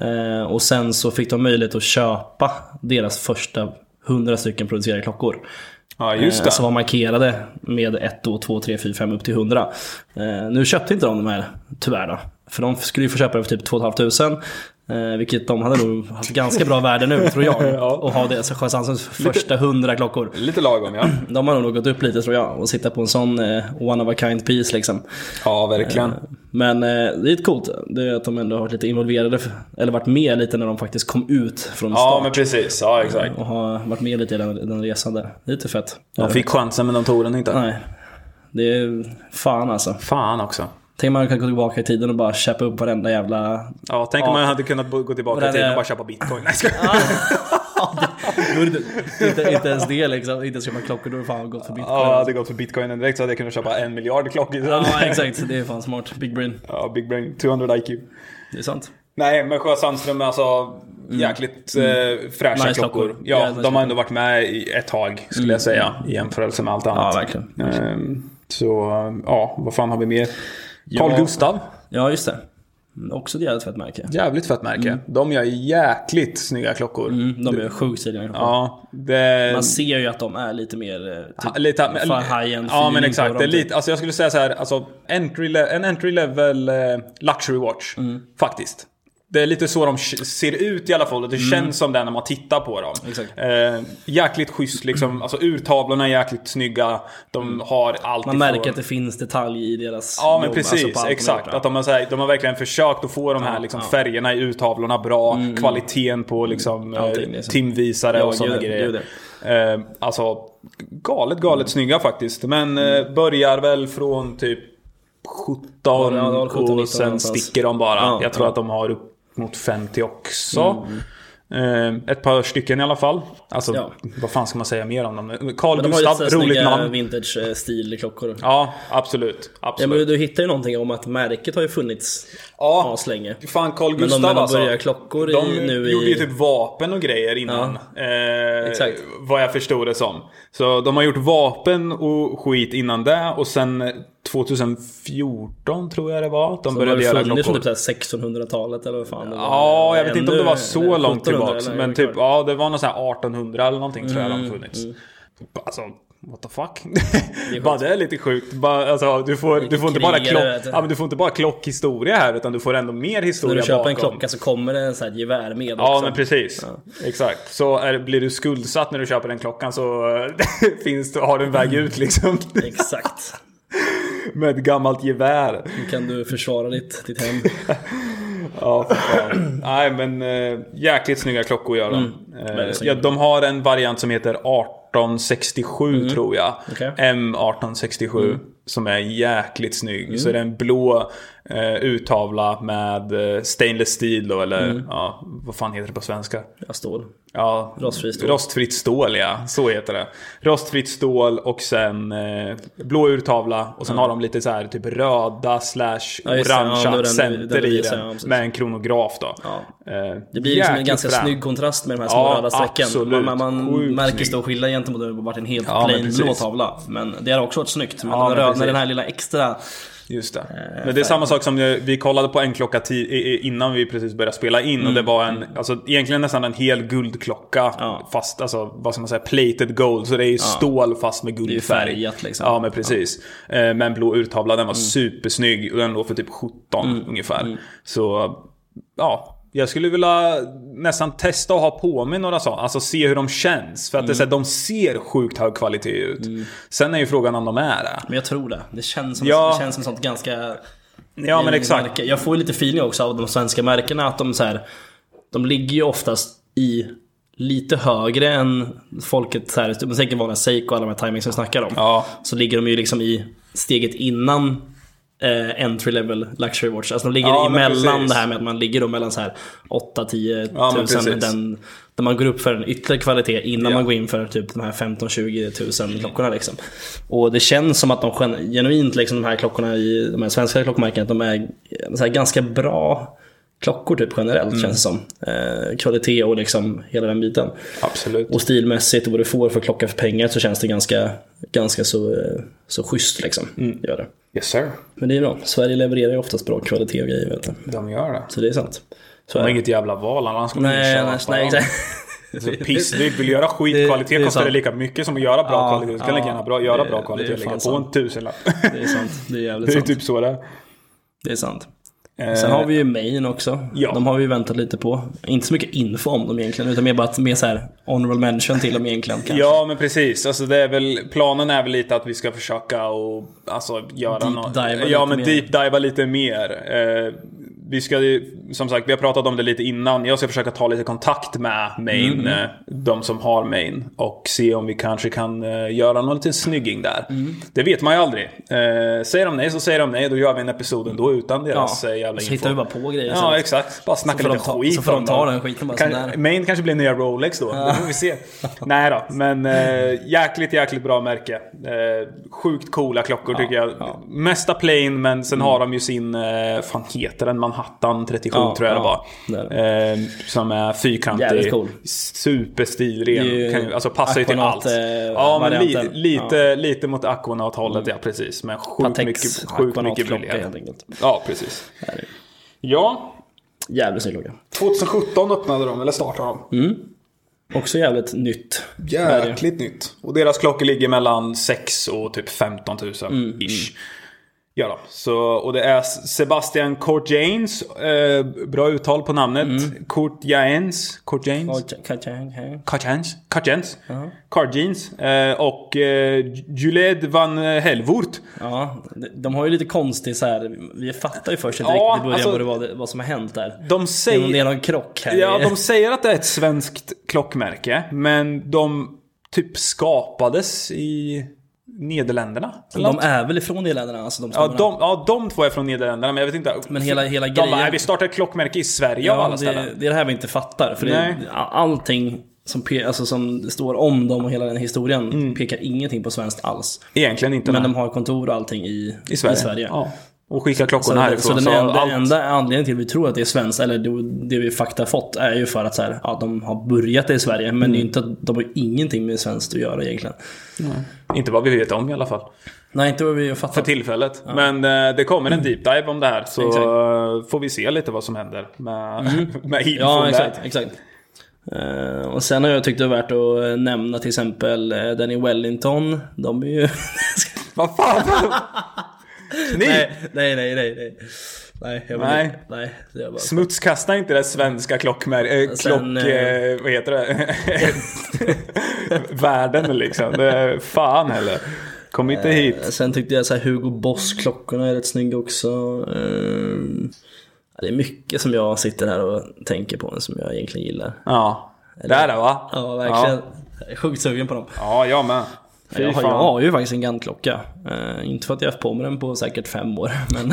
Eh, och sen så fick de möjlighet att köpa deras första 100 stycken producerade klockor. Ja, just Eh, det. Som var markerade med 1, 2, 3, 4, 5 upp till 100. Eh, nu köpte inte de de här, tyvärr då. För de skulle ju få köpa det för typ 2 500. Eh, vilket de hade nog haft ganska bra värde nu, tror jag. [LAUGHS] Ja. Och ha det som Sjösandsens första 100 klockor. Lite lagom ja. De har nog gått upp lite tror jag och sitta på en sån eh, one of a kind piece liksom. [CLEARS THROAT] Ja, verkligen. Men eh, det är ett coolt, det är att de ändå har varit lite involverade, eller varit med lite när de faktiskt kom ut från Ja, start. men precis. Ja, exakt. Och har varit med lite i den, den resan där. Lite fett. De fick chansen men de tog den inte. Nej. Det är fan alltså. Fan också. Tänk om man kan gå tillbaka i tiden och bara köpa upp varenda jävla... Ja, tänk om man hade kunnat bo- gå tillbaka Det där i tiden är- och bara köpa bitcoin. [CLEARS THROAT] Nej, ska... inte, inte, inte ens det liksom. Inte ens köpa klockor, då är det fan gått för bitcoin. Ja, jag hade gått för bitcoinen direkt så hade jag kunnat köpa en miljard klockor. istället. Ja, exakt. Det är fan smart. Big brain. [LAUGHS] Ja, big brain. 200 IQ. Det är sant. Nej, men Sjö Sandström är alltså jäkligt eh, fräscha Mm. Nice klockor. klockor. Ja, Ja, nice de har ändå varit med i ett tag skulle jag säga. I jämförelse med allt annat. Ja, verkligen. Ehm, så ja, vad fan har vi mer? Carl Gustav. Ja, just det. Också ett jävligt fett märke. Jävligt fett märke. De gör jäkligt snygga klockor. Mm, de är sjukt tidiga. Ja, det... Man ser ju att de är lite mer... eh, Typ, Ha- Lite, men- fan high-end ja feeling men på exakt. dem, Det är typ. lite, alltså jag skulle säga så här, alltså, entry le- en entry level eh, luxury watch. Mm. Faktiskt. Det är lite så de k- ser ut i alla fall. och Det känns som det när man tittar på dem. Mm. Exakt. Eh, jäkligt schysst liksom. Alltså urtavlorna är jäkligt snygga. De har allt Man ifrån- märker att det finns detalj i deras Ja men jobb, precis, alltså på allt de exakt. har gjort, att de, har, så här, de har verkligen försökt att få de här Ja, liksom, ja. Mm, färgerna i urtavlorna bra. Kvaliteten på liksom, eh, Allting, liksom. timvisare Ja, och sådana gud, grejer. gud, Eh, alltså galet, galet Mm. snygga faktiskt. Men eh, börjar väl från typ 17 ja, det var 17, 19 och sen någonstans. sticker de bara. Ja, Jag tror ja. Mm. att de har upp mot 50 också. Eh, ett par stycken i alla fall. Alltså, Ja. vad fan ska man säga mer om dem? Carl Men de har ju eh, så här Gustaf, roligt snygga namn. vintage-stil-klockor. Ja, absolut. Ja, absolut. men du hittar ju någonting om att märket har ju funnits Ja. aslänge. Fan Carl Men de, Gustav men de alltså. börjar klockor De i, nu gjorde i... ju typ vapen och grejer innan. Eh, Exakt. Vad jag förstod det som. Så de har gjort vapen och skit innan det. Och sen 2014 tror jag det var. att De de började har göra ju funnits från klockor. typ så här 1600-talet eller vad fan det var. Ja, jag vet inte om det Ännu- var så eller långt 1700 tillbaks. eller Men vad det Mm, typ, var. ja det var någon sån här 1800 eller någonting tror jag de har funnits. Alltså, what the fuck? [LAUGHS] Det bara det är lite sjukt. Bara, alltså, du, får, du, får inte bara krigare, klock, vet du. ja, men du får inte bara klockhistoria här utan du får ändå mer historia När du köper en bakom. klocka så kommer det en sån här gevär med Ja också. men precis. Exakt. Så är, blir du skuldsatt när du köper den klockan så [LAUGHS] finns det, har du en väg ut liksom. [LAUGHS] Exakt. Med ett gammalt gevär. Nu kan du försvara ditt, ditt hem. Ja, för fan. Nej men äh, jäkligt snygga klockor gör de. Eh, Mm. väldigt snygga. ja, de har en variant som heter 1867 tror jag. Mm. Okej. Mm. M1867. Som är jäkligt snygg. Så är det en blå eh, urtavla med eh, stainless steel då, eller Mm. ja, vad fan heter det på svenska? Jag står. Ja, Rostfri stål. Rostfritt stål, ja. Så heter det. Rostfritt stål och sen eh, blå urtavla. Och sen har de lite så här typ röda slash Ja, just det. Ja, orangea det var den- det var center det i jag sa, ja, den. precis. Med en kronograf då. Ja. Eh, Det blir liksom en jäkligt ganska fränt. snygg kontrast med de här små Ja, röda strecken. absolut. Man, man, man Sjukt märker snygg. stor skillnad gentemot att det varit en helt Ja, men plain blå precis. tavla. Men det har också varit snyggt. Men Ja, den, men röda, precis. den här lilla extra... Just det. Men det är samma sak som eh, vi kollade på en klocka ti- i- i- innan vi precis började spela in. Och det Mm. var en, alltså, egentligen nästan en hel guldklocka. Ja. Fast, alltså, vad ska man säga, plated gold. Så det är ju stål fast med ju guldfärg. färgat, liksom. Mm. Ja, men precis. Eh, Men blå urtavla, den var supersnygg. Och den låg för typ 17 ungefär. Så, ja. Jag skulle vilja nästan testa att ha på mig några sådana. Alltså se hur de känns. För att det är så här, Mm. de ser sjukt hög kvalitet ut. Sen är ju frågan om de är det. Men jag tror det. Det känns som, Ja. det känns som sånt ganska... Ja men exakt. märke. Jag får ju lite feeling också av de svenska märkena att de så här, De ligger ju oftast i lite högre än folket så här, typ, men säkert vanliga Seiko och alla de här timings som vi snackar om. Ja. Så ligger de ju liksom i steget innan eh, entry level luxury watch. Alltså de ligger Ja, men emellan precis. det här med att man ligger då mellan så här 8-10 Ja, men tusen. precis. den, där man går upp för en ytterligare kvalitet innan Ja. man går in för typ de här 15-20 tusen klockorna. Liksom. Och det känns som att de gen- genuint, liksom, de här klockorna i de här svenska klockmärkena, att de är eh, så här, ganska bra klockor typ generellt Mm. känns det som. Eh, kvalitet och liksom hela den biten. Absolut. Och stilmässigt och vad du får för klocka för pengar så känns det ganska, ganska så, eh, så schysst liksom. Mm. Gör det. Yes sir. Men det är bra. Sverige levererar ju oftast bra kvalitet och grejer. Vet du. De gör det. Så det är sant. De Så har är det. inget jävla val, annars skulle de Nej, köpa nej, nej, dem. exakt. Så pissdyrt. Vill du göra skitkvalitet Det- det är kostar det sant. lika mycket som att göra bra Ja, kvalitet. Du kan ja, lika gärna bra, göra det- bra det kvalitet är och lägga fan på en sant. tusenlapp. Det är sant. Det är jävligt Det är sant. typ så det är. Det är sant. Eh, Sen har vi ju Maine också. Ja. De har vi ju väntat lite på. Inte så mycket info om dem egentligen, utan mer bara att, mer så här honorable mention till dem egentligen. Kanske. Ja men precis, alltså det är väl, planen är väl lite att vi ska försöka och alltså göra Deep något. diva lite Ja men mer. deep diva lite mer. Eh, vi ska ju, som sagt, vi har pratat om det lite innan. Jag ska försöka ta lite kontakt med main, Mm. eh, de som har main. Och se om vi kanske kan eh, göra någon liten snygging där. Mm. Det vet man ju aldrig. Eh, säger de nej så säger de nej, då gör vi en episod ändå utan deras Ja. eh, jävla Så info. hittar vi bara på grejer Ja sen. exakt, bara snacka får lite de ta- skit så får de om ta dem. den skiten bara kan, sådär. Main kanske blir nya Rolex då. Det får vi [LAUGHS] se. Nej då, men eh, jäkligt, jäkligt bra märke. Eh, sjukt coola klockor tycker jag. ja. Mm. Mesta plain, men sen har de ju sin, eh, fan heter den, Manhattan 37 Ja, tror jag ja. det Det var. Eh, som är fyrkantig. Jävligt cool. Superstilren. Det är ju Kan ju- Alltså passar ju till allt. Aquanaut, eh, Ja, men li, varianten. Mm. lite, lite mot Aquanaut-hållet, ja precis. Men sjukt Patex mycket, sjukt mycket Aquanaut-klocka helt billigare. enkelt. Ja, precis. Ja, Jävligt snygg klocka. 2017 öppnade de, eller startade de. Också jävligt nytt. Jäkligt nytt. Och deras klockor ligger mellan 6 och typ 15 000 Mm, ish. Ja då. Så, och det är Sebastian Corjanes, eh, bra uttal på namnet. Mm. Corjanes, Corjanes, Och- kanske- kanske- Corjanes, Corjanes, Corjanes eh, och eh, Juled van Helvoort. Ja, de- de har ju lite konstig så här. Vi fattar ju först inte Ja, riktigt i början alltså- vad, det var, vad som har hänt där. De Det är någon- säger... det är någon krock här. Ja, [LAUGHS] de säger att det är ett svenskt klockmärke, men de typ skapades i Nederländerna. eller de är väl ifrån Nederländerna? Alltså, de Ja stammarna. de, ja, de två är från Nederländerna, men jag vet inte. Men hela- hela de grejen- Bara, "Nej, vi startar ett klockmärke i Sverige av alla Ja, ställen. det, det är det här vi inte fattar. För Nej. det, allting som, pe- alltså, som det står om dem och hela den historien Mm. pekar ingenting på svenskt alls. Egentligen inte. Men nej. de har kontor och allting i, I Sverige. I Sverige. Ja. Och skicka klockorna Så, det, härifrån. så den så enda, allt- enda anledningen till vi tror att det är svenskt, eller det, det vi fakta fått, är ju för att så här, ja, de har börjat det i Sverige. Men Mm. det är ju inte att de har ingenting med svenskt att göra egentligen. Inte vad vi vet om i alla fall. Nej, inte vad vi har För fattat. tillfället. Men eh, det kommer en deep dive om det här. Så Exakt. Mhm. eh, får vi se lite vad som händer med, [LAUGHS] med infon Ja, där. exakt. exakt. Eh, och sen har jag tyckt det var värt att eh, nämna till exempel eh, den i Wellington. De är ju... [LAUGHS] Vad fan! Ni! nej, nej, nej, nej, nej. Nej, jag vill Nej. inte. Nej, det är bara... Smutskasta inte det svenska klockmär... Äh, klock... Sen, eh, eh, vad heter det? [LAUGHS] [LAUGHS] Världen liksom. Det är fan heller. Kom inte hit. Eh, Sen tyckte jag så här Hugo Boss klockorna är rätt snygga också. Ehm, ja, det är mycket som jag sitter här och tänker på som jag egentligen gillar. Ja. Där är va? Ja, verkligen. Jag är sjukt sugen på dem. Ja, jag med. Fy Jag har, jag fan. har ju faktiskt en Gant-klocka. Eh, inte för att jag har haft på mig den på säkert fem år, [LAUGHS] men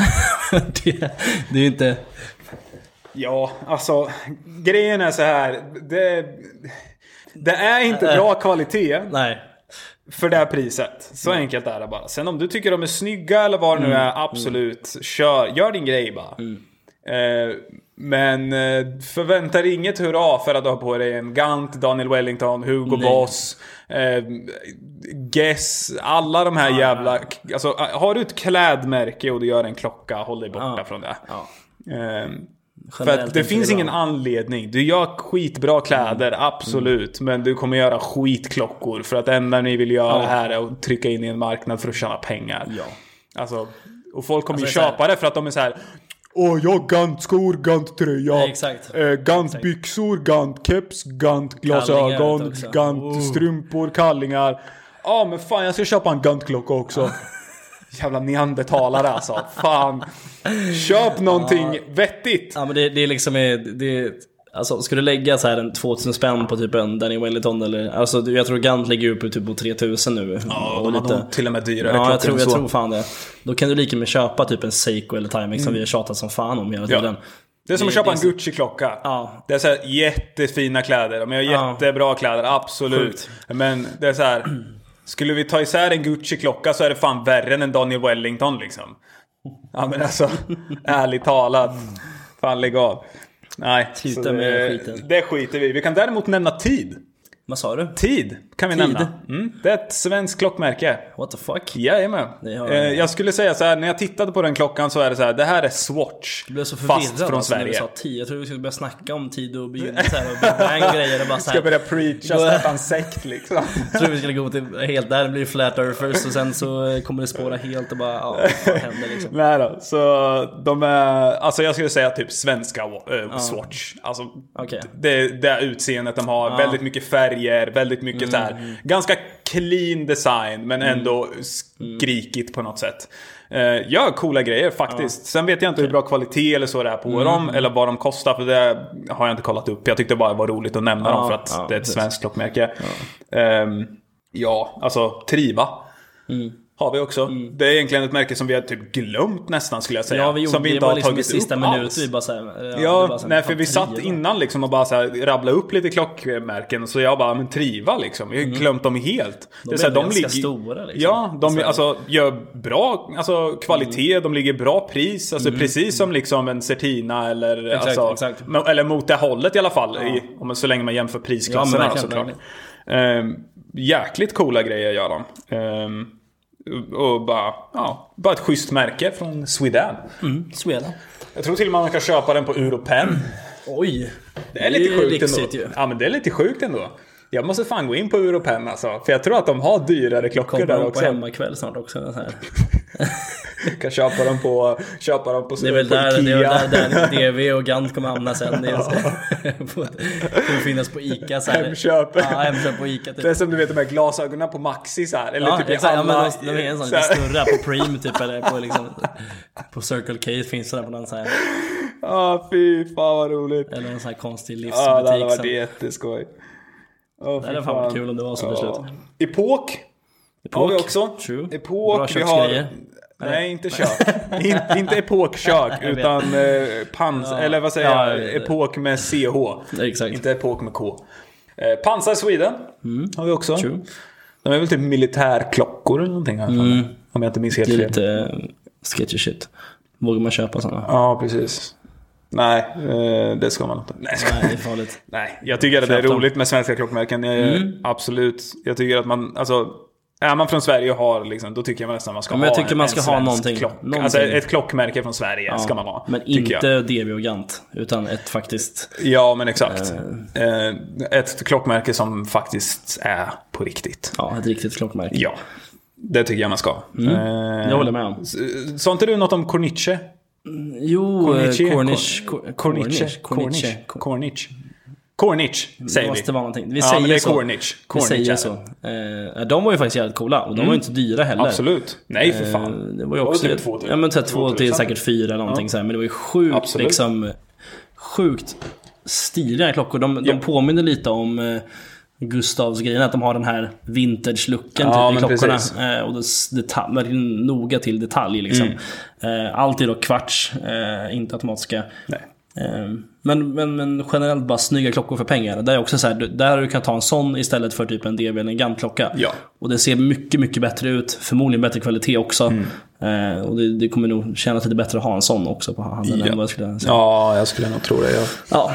det, det är ju inte... Ja, alltså grejen är så här. Det, det är Äh, inte bra kvalitet Nej. för det här priset. Så enkelt är det bara. Sen om du tycker de är snygga eller vad det nu är, absolut. Kör, gör din grej bara. Eh, men eh, förvänta dig inget hurra för att du har på dig en Gant, Daniel Wellington, Hugo Boss, eh, Guess, alla de här jävla... Alltså, har du ett klädmärke och du gör en klocka, håll dig borta Ja. från det. Ja. Ehm, för Generellt att det inte Mm. finns bra. ingen anledning. Du gör skitbra kläder, absolut. Men du kommer göra skitklockor. För att det enda ni vill göra här är att trycka in i en marknad för att tjäna pengar. Ja. Alltså, och folk kommer Alltså, ju det är köpa det för att de är så här. Åh, jag har Gant-skor, Gant-tröja, Nej, exakt. eh, Gant-byxor, Gant-keps, Kallingar Gant-glasögon, också. Oh. Gant-strumpor, kallingar. Ja, men fan jag ska köpa en Gant-klocka också. [LAUGHS] Jävla neandertalare alltså. Fan. Köp någonting vettigt. Ja men det, det är liksom, eh, det är, alltså ska du lägga så här en 2000 spänn på typ en Danny Wellington eller, alltså du- jag tror Gant ligger uppe typ på 3000 nu. Ja, Och de har lite- nog till och med dyrare Ja, klockor jag tror, än jag så. tror fan det. Då kan du lika med köpa typ en Seiko eller Timex som vi har tjatat som fan om hela Mm. Ja. tiden. Det är som att Det- köpa det en är så- Gucci-klocka. Ja. Det är så här jättefina kläder. De har Ja. jättebra kläder, absolut. Sjukt. Men det är så här. Skulle vi ta isär en Gucci-klocka så är det fan värre än en Daniel [LAUGHS] Wellington liksom. Ja men alltså, ärligt talat. Fan lägg av. Nej, Sluta så det, med skiten. Det skiter vi i. Vi kan däremot nämna tid. Vad sa du? Tid kan vi Tid? nämna. Mm, det är ett svenskt klockmärke. What the fuck? Jajamän. Det har Eh, jag. Jag skulle säga så här, när jag tittade på den klockan så är det så här, det här är Swatch. Du blev så förvirrad Alltså, fast från när vi Sverige. sa 10. Jag trodde vi skulle börja snacka om tid och begynnelser och Big [LAUGHS] Bang grejer och bara så här. Ska börja preacha [LAUGHS] Staffan Sekt liksom. Jag trodde vi skulle gå till helt där, det blir flat earth först och sen så eh, kommer det spåra helt och bara ja, vad händer liksom? Nej då, så de är, alltså jag skulle säga typ svenska eh, Swatch. Alltså Okej. det, det utseendet de har, väldigt mycket färger, väldigt mycket så Mm. här. Ganska clean design men ändå skrikigt på något sätt. Uh, gör coola grejer faktiskt. Sen vet jag inte hur bra kvalitet eller så det är på Mm. dem eller vad de kostar för det har jag inte kollat upp. Jag tyckte bara det var roligt att nämna dem för att ja, det är ett precis. svenskt klockmärke. Ehm, ja, alltså Triva. Har vi också. Det är egentligen ett märke som vi har typ glömt nästan skulle jag säga. Mm. Ja vi gjorde som vi det inte var har liksom i tagit sista upp minuten. alls. Vi bara så här, ja, det Ja, bara så här, nej för fan, vi tio satt bara. innan liksom och bara så här, rabblade upp lite klockmärken. Så jag bara, men Triva liksom. Vi har glömt dem helt. Mm. De är så här, ganska stora liksom. Ja, de Så- Mm. alltså, gör bra alltså, kvalitet, de ligger bra pris. Alltså precis som liksom en Certina eller, Exakt, alltså, exakt. mo- eller mot det hållet i alla fall. I, om man, så länge man jämför Ja, prisklasserna men verkligen, såklart. Ehm, jäkligt coola grejer gör de. Ehm, och bara, ja, bara ett schysst märke från Sweden. Mm, Sweden. Jag tror till och med man kan köpa den på Europen. Oj! Det är lite sjukt lyxigt ändå. ju. Ja men det är lite sjukt ändå. Jag måste fan gå in på Europen alltså. För jag tror att de har dyrare klockor Kommer där de på också. hemmakväll snart också? Så [LAUGHS] här. Du kan köpa dem på, köpa dem på, Det är väl på där, det är Ikea. väl där, [LAUGHS] där DV och Gant kommer hamna sen. Det är så, [LAUGHS] kommer finnas på Ica. Så här. Hemköp. Ja, Hemköp på Ica typ. Det är som du vet de här glasögonen på Maxi så här. Eller Ja, typ i exakt, ja, alla... men de, de är en sån så här- liten snurra på Preem typ eller på, liksom, på Circle K finns det där på någon sån här, [LAUGHS] Ja, fy fan vad roligt. eller en sån här konstig Ja, det hade livsbutik. varit sen. jätteskoj. Oh, Det hade fan varit kul om det var så till slut. Epok. Har vi också. True. Epok. Bra vi har... köksgrejer. Nej, inte kök. [LAUGHS] inte, inte epokkök, vet. utan eh, pans... Eller vad säger Ja, jag jag? vet. Epok med CH. [LAUGHS] Exakt. Mm. Inte epok med K. Eh, Pansar Sweden har vi också. True. De är väl typ militärklockor eller någonting. Här, mm. Om jag inte minns helt Det är fel. lite eh, sketchy shit. Vågar man köpa såna? Ja, precis. Nej, eh, det ska man inte. Nej, jag skojar. Nej, det är farligt. Nej, jag tycker att det är Köp dem. roligt med svenska klockmärken. Eh, Mm. Absolut. Jag tycker att man, alltså, är man från Sverige och har liksom, då tycker jag nästan man ska Ja, men jag ha tycker en, man ska en ha svensk någonting. Klock. Någonting. Alltså ett klockmärke från Sverige [LAUGHS] ska man ha. Men tycker Jag. inte DB och Gant, utan ett faktiskt... Ja, men exakt. Eh, ett klockmärke som faktiskt är på riktigt. Ja, ett riktigt klockmärke. Ja, det tycker jag man ska. Mm. Eh, Jag håller med om. s- Sa inte du något om Corniche? Jo, Corniche? Cornish... Cor- Corniche? Corniche. Corniche? Corniche? Corniche, Det säger vi. måste vara någonting. Vi Ja, men det säger är så. Corniche. Vi Corniche är säger det. Mm. så. Eh, de var ju faktiskt jävligt coola och de var ju inte dyra heller. Absolut. Nej, för Eh, fan. Det var ju också... typ två till. Ja men så här, två 2000. till säkert fyra eller någonting så här. Men det var ju sjukt Absolut. liksom... Sjukt stiliga klockor. De, de påminner lite om eh, Gustavs grejen att de har den här vintage-looken Ja, typ, i men klockorna. precis. Eh, och det s- detalj, verkligen noga till detalj liksom. Eh, alltid då kvarts, eh, inte automatiska. Mm. Nej. Ehm, Men, men, men generellt bara snygga klockor för pengar. Där är också så här, du- där du kan ta en sån istället för typ en DB eller en Gant-klocka. Ja. Och det ser mycket, mycket bättre ut. Förmodligen bättre kvalitet också. Eh, och det, det kommer nog kännas lite bättre att ha en sån också på handen Ja. än vad jag skulle säga. Ja, jag skulle nog tro det. Ja, Ja.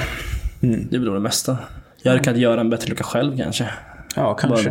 Det är väl då det mesta. Jag kan göra en bättre klocka själv kanske. ja kanske.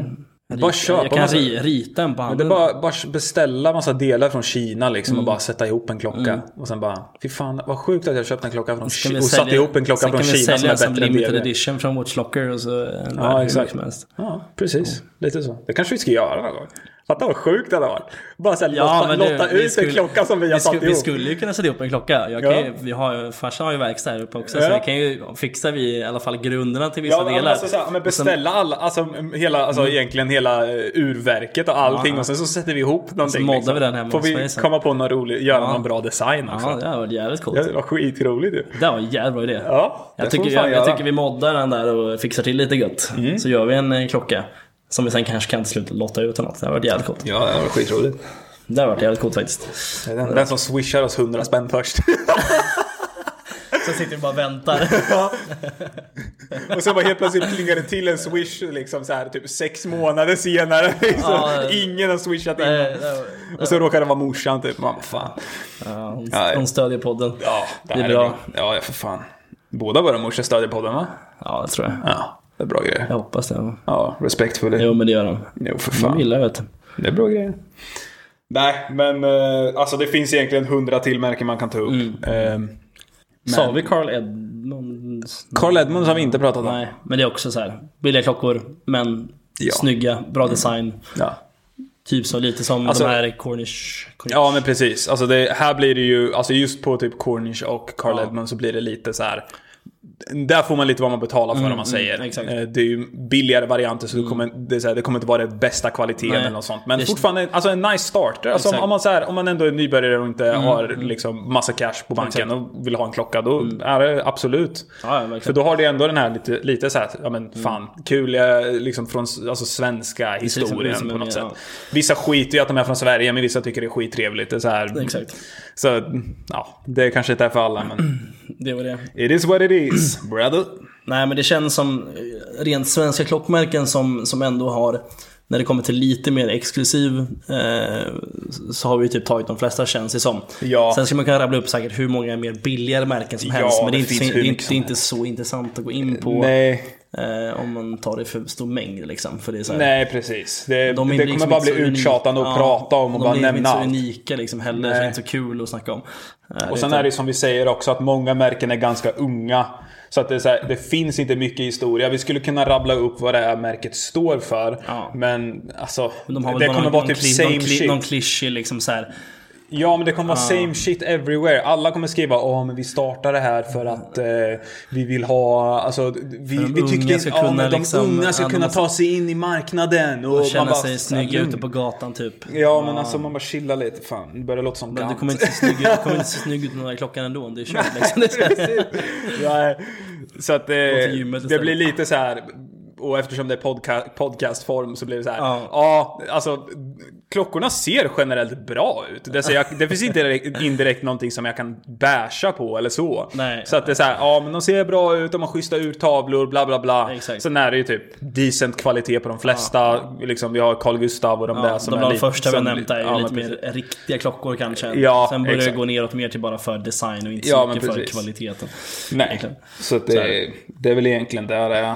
Rita, bara köpa jag kan massa- ri, rita en Det på är handen. bara, bara beställa massa delar från Kina liksom Mm. och bara sätta ihop en klocka. Och sen bara, fy fan vad sjukt att jag köpte en klocka från Kan Kina Mm. vi och satte sälja- ihop en klocka sen från kan vi Kina som sälja är som bättre än limited DB. edition från Watchlocker och så eh, värde hur exakt. mycket som helst. Ja, precis. Mm. Lite så. Det kanske vi ska göra någon gång. Fatta vad sjukt det hade varit. Bara såhär lotta, men du, lotta vi ut en klocka som vi har satt skulle, Vi ihop. skulle ju kunna sätta ihop en klocka. Jag kan Ja. ju, vi har, ju- farsan har ju verkstad här uppe också. Så Ja. vi kan ju, fixar vi i alla fall grunderna till vissa Ja, men, delar. alltså, så här, men Och sen- Mm. beställa alla, alltså, hela, alltså egentligen hela eh, urverket och allting Ja. och sen så sätter vi ihop någonting. liksom. moddar vi den hemma Får hos mig vi sen. komma på någon rolig, göra Ja. någon bra design också. Ja, det hade varit jävligt coolt. Ja, det var skitroligt ju. Det var en jävla idé. Ja, det jag, får tycker, vi fan jag, jag göra. Mm. tycker vi moddar den där och fixar till lite gött. Så gör vi en eh, klocka. Som vi sen kanske kan till slut lotta ut eller något. Det hade varit jävligt coolt. Ja, det var skitroligt. Det hade varit jävligt coolt faktiskt. Den, den som swishar oss 100 spänn först. [LAUGHS] Sen sitter vi bara och väntar. och sen bara helt plötsligt plingar det till en swish liksom så här typ sex månader senare. [LAUGHS] Liksom. Mm. Ja. Ingen har swishat Eh, in. det var- Och så råkar det vara morsan typ. Man bara fan. ja, hon- Ja, ja. Hon stödjer podden. Ja, Det är här bra. Ja, ja för fan. Båda våra morsor stödjer podden va? Ja, det tror jag. Ja, det är bra grejer. Jag hoppas det. Ja, respekt för det. Jo, men det gör de. Jo, för De fan. gillar vet du. Det är bra grejer. Nej, men eh, alltså det finns egentligen hundra till märken man kan ta upp. Eh, Sa vi Carl Edmonds? Carl Edmunds har vi inte pratat om. Nej, men det är också så här. Billiga klockor, Ja. men Mm. snygga, bra design. Ja. Typ så lite som Alltså- de här Cornish. Cornish. Ja men precis. Alltså det, här blir det ju, alltså just på typ Cornish och Carl Edmund så blir det lite så här. Där får man lite vad man betalar för om man säger. mm, exakt. Mm. Eh, Det är ju billigare varianter så, du kommer, det, är så här, det kommer inte vara den bästa kvaliteten Nej. eller något sånt. Men Det- fortfarande alltså en nice starter. Alltså om, Exakt. Mm, om, man så här, om man ändå är nybörjare och inte har liksom massa cash på banken och vill ha en klocka. Då är det absolut. Mm. Ja, ja, verkligen. Mm. För då har du ändå den här lite, lite så här, ja men fan, kul eh, liksom från s- alltså, svenska historien liksom på något mer, sätt. ja. Vissa skiter ju att de är från Sverige, men vissa tycker det är skittrevligt. Det är så här, Exakt. Så, ja, det kanske inte är för alla, men Det var det. it is what it is, brother. Nej, men det känns som eh, rent svenska klockmärken som, som ändå har, när det kommer till lite mer exklusiv, eh, så har vi ju typ tagit de flesta känns det som. Ja. Sen ska man kunna rabbla upp säkert hur många mer billigare märken som Ja, helst, men det det är, inte, så- finns det hur är mycket inte, det som är inte så intressant att gå in på Nej, eh, om man tar det för stor mängd liksom. För det är så här, nej precis. Det, de är det liksom kommer bara inte bli så unika. uttjatande att Ja, prata om och bara De är liksom nämna inte så allt. unika liksom heller, så det är inte så kul att snacka om. Eh, Och det sen är är det ju som vi säger också att många märken är ganska unga. Så att det, är så här, det finns inte mycket historia. Vi skulle kunna rabbla upp vad det är märket står för. Ja. Men alltså, de har väl det bara kommer någon- vara någon typ kli- same någon kli- shit. Någon klyschig liksom så här. Ja, men det kommer vara same shit everywhere. Alla kommer skriva åh men vi startar det här för att eh, vi vill ha... Alltså, vi, de vi unga tyckte ska ja, kunna men de liksom- unga ska ja, de kunna måste- ta sig in i marknaden. Och, Och känna man bara, mm. sig snygga ute på gatan typ. Ja, men alltså man bara chillar lite. Fan, det börjar låta som Men du Gant. kommer inte se snygg ut, du kommer inte se snygg ut med den där klockan ändå om det [LAUGHS] är kört liksom. Det är så här- Nej. Så att eh, till gymmet det istället. blir lite så här. Och eftersom det är podca- podcastform så blir det så här. Ja. Ja. alltså klockorna ser generellt bra ut. Det, ser jag, det finns inte direkt- indirekt någonting som jag kan basha på eller så. Nej. Så att det är så här. Ja, men de ser bra ut. De har schyssta urtavlor, bla bla bla. Exakt. Sen är det ju typ decent kvalitet på de flesta. Liksom, vi har Carl Gustav och de där Ja, som de är där lite- första vi har som- nämnt där är ju ja, lite men mer riktiga klockor kanske. Ja, Sen börjar exakt. det gå neråt mer till bara för design och inte Ja, så men mycket för precis. kvaliteten. Nej, Egentligen. så, att det, är, det är väl egentligen där det är.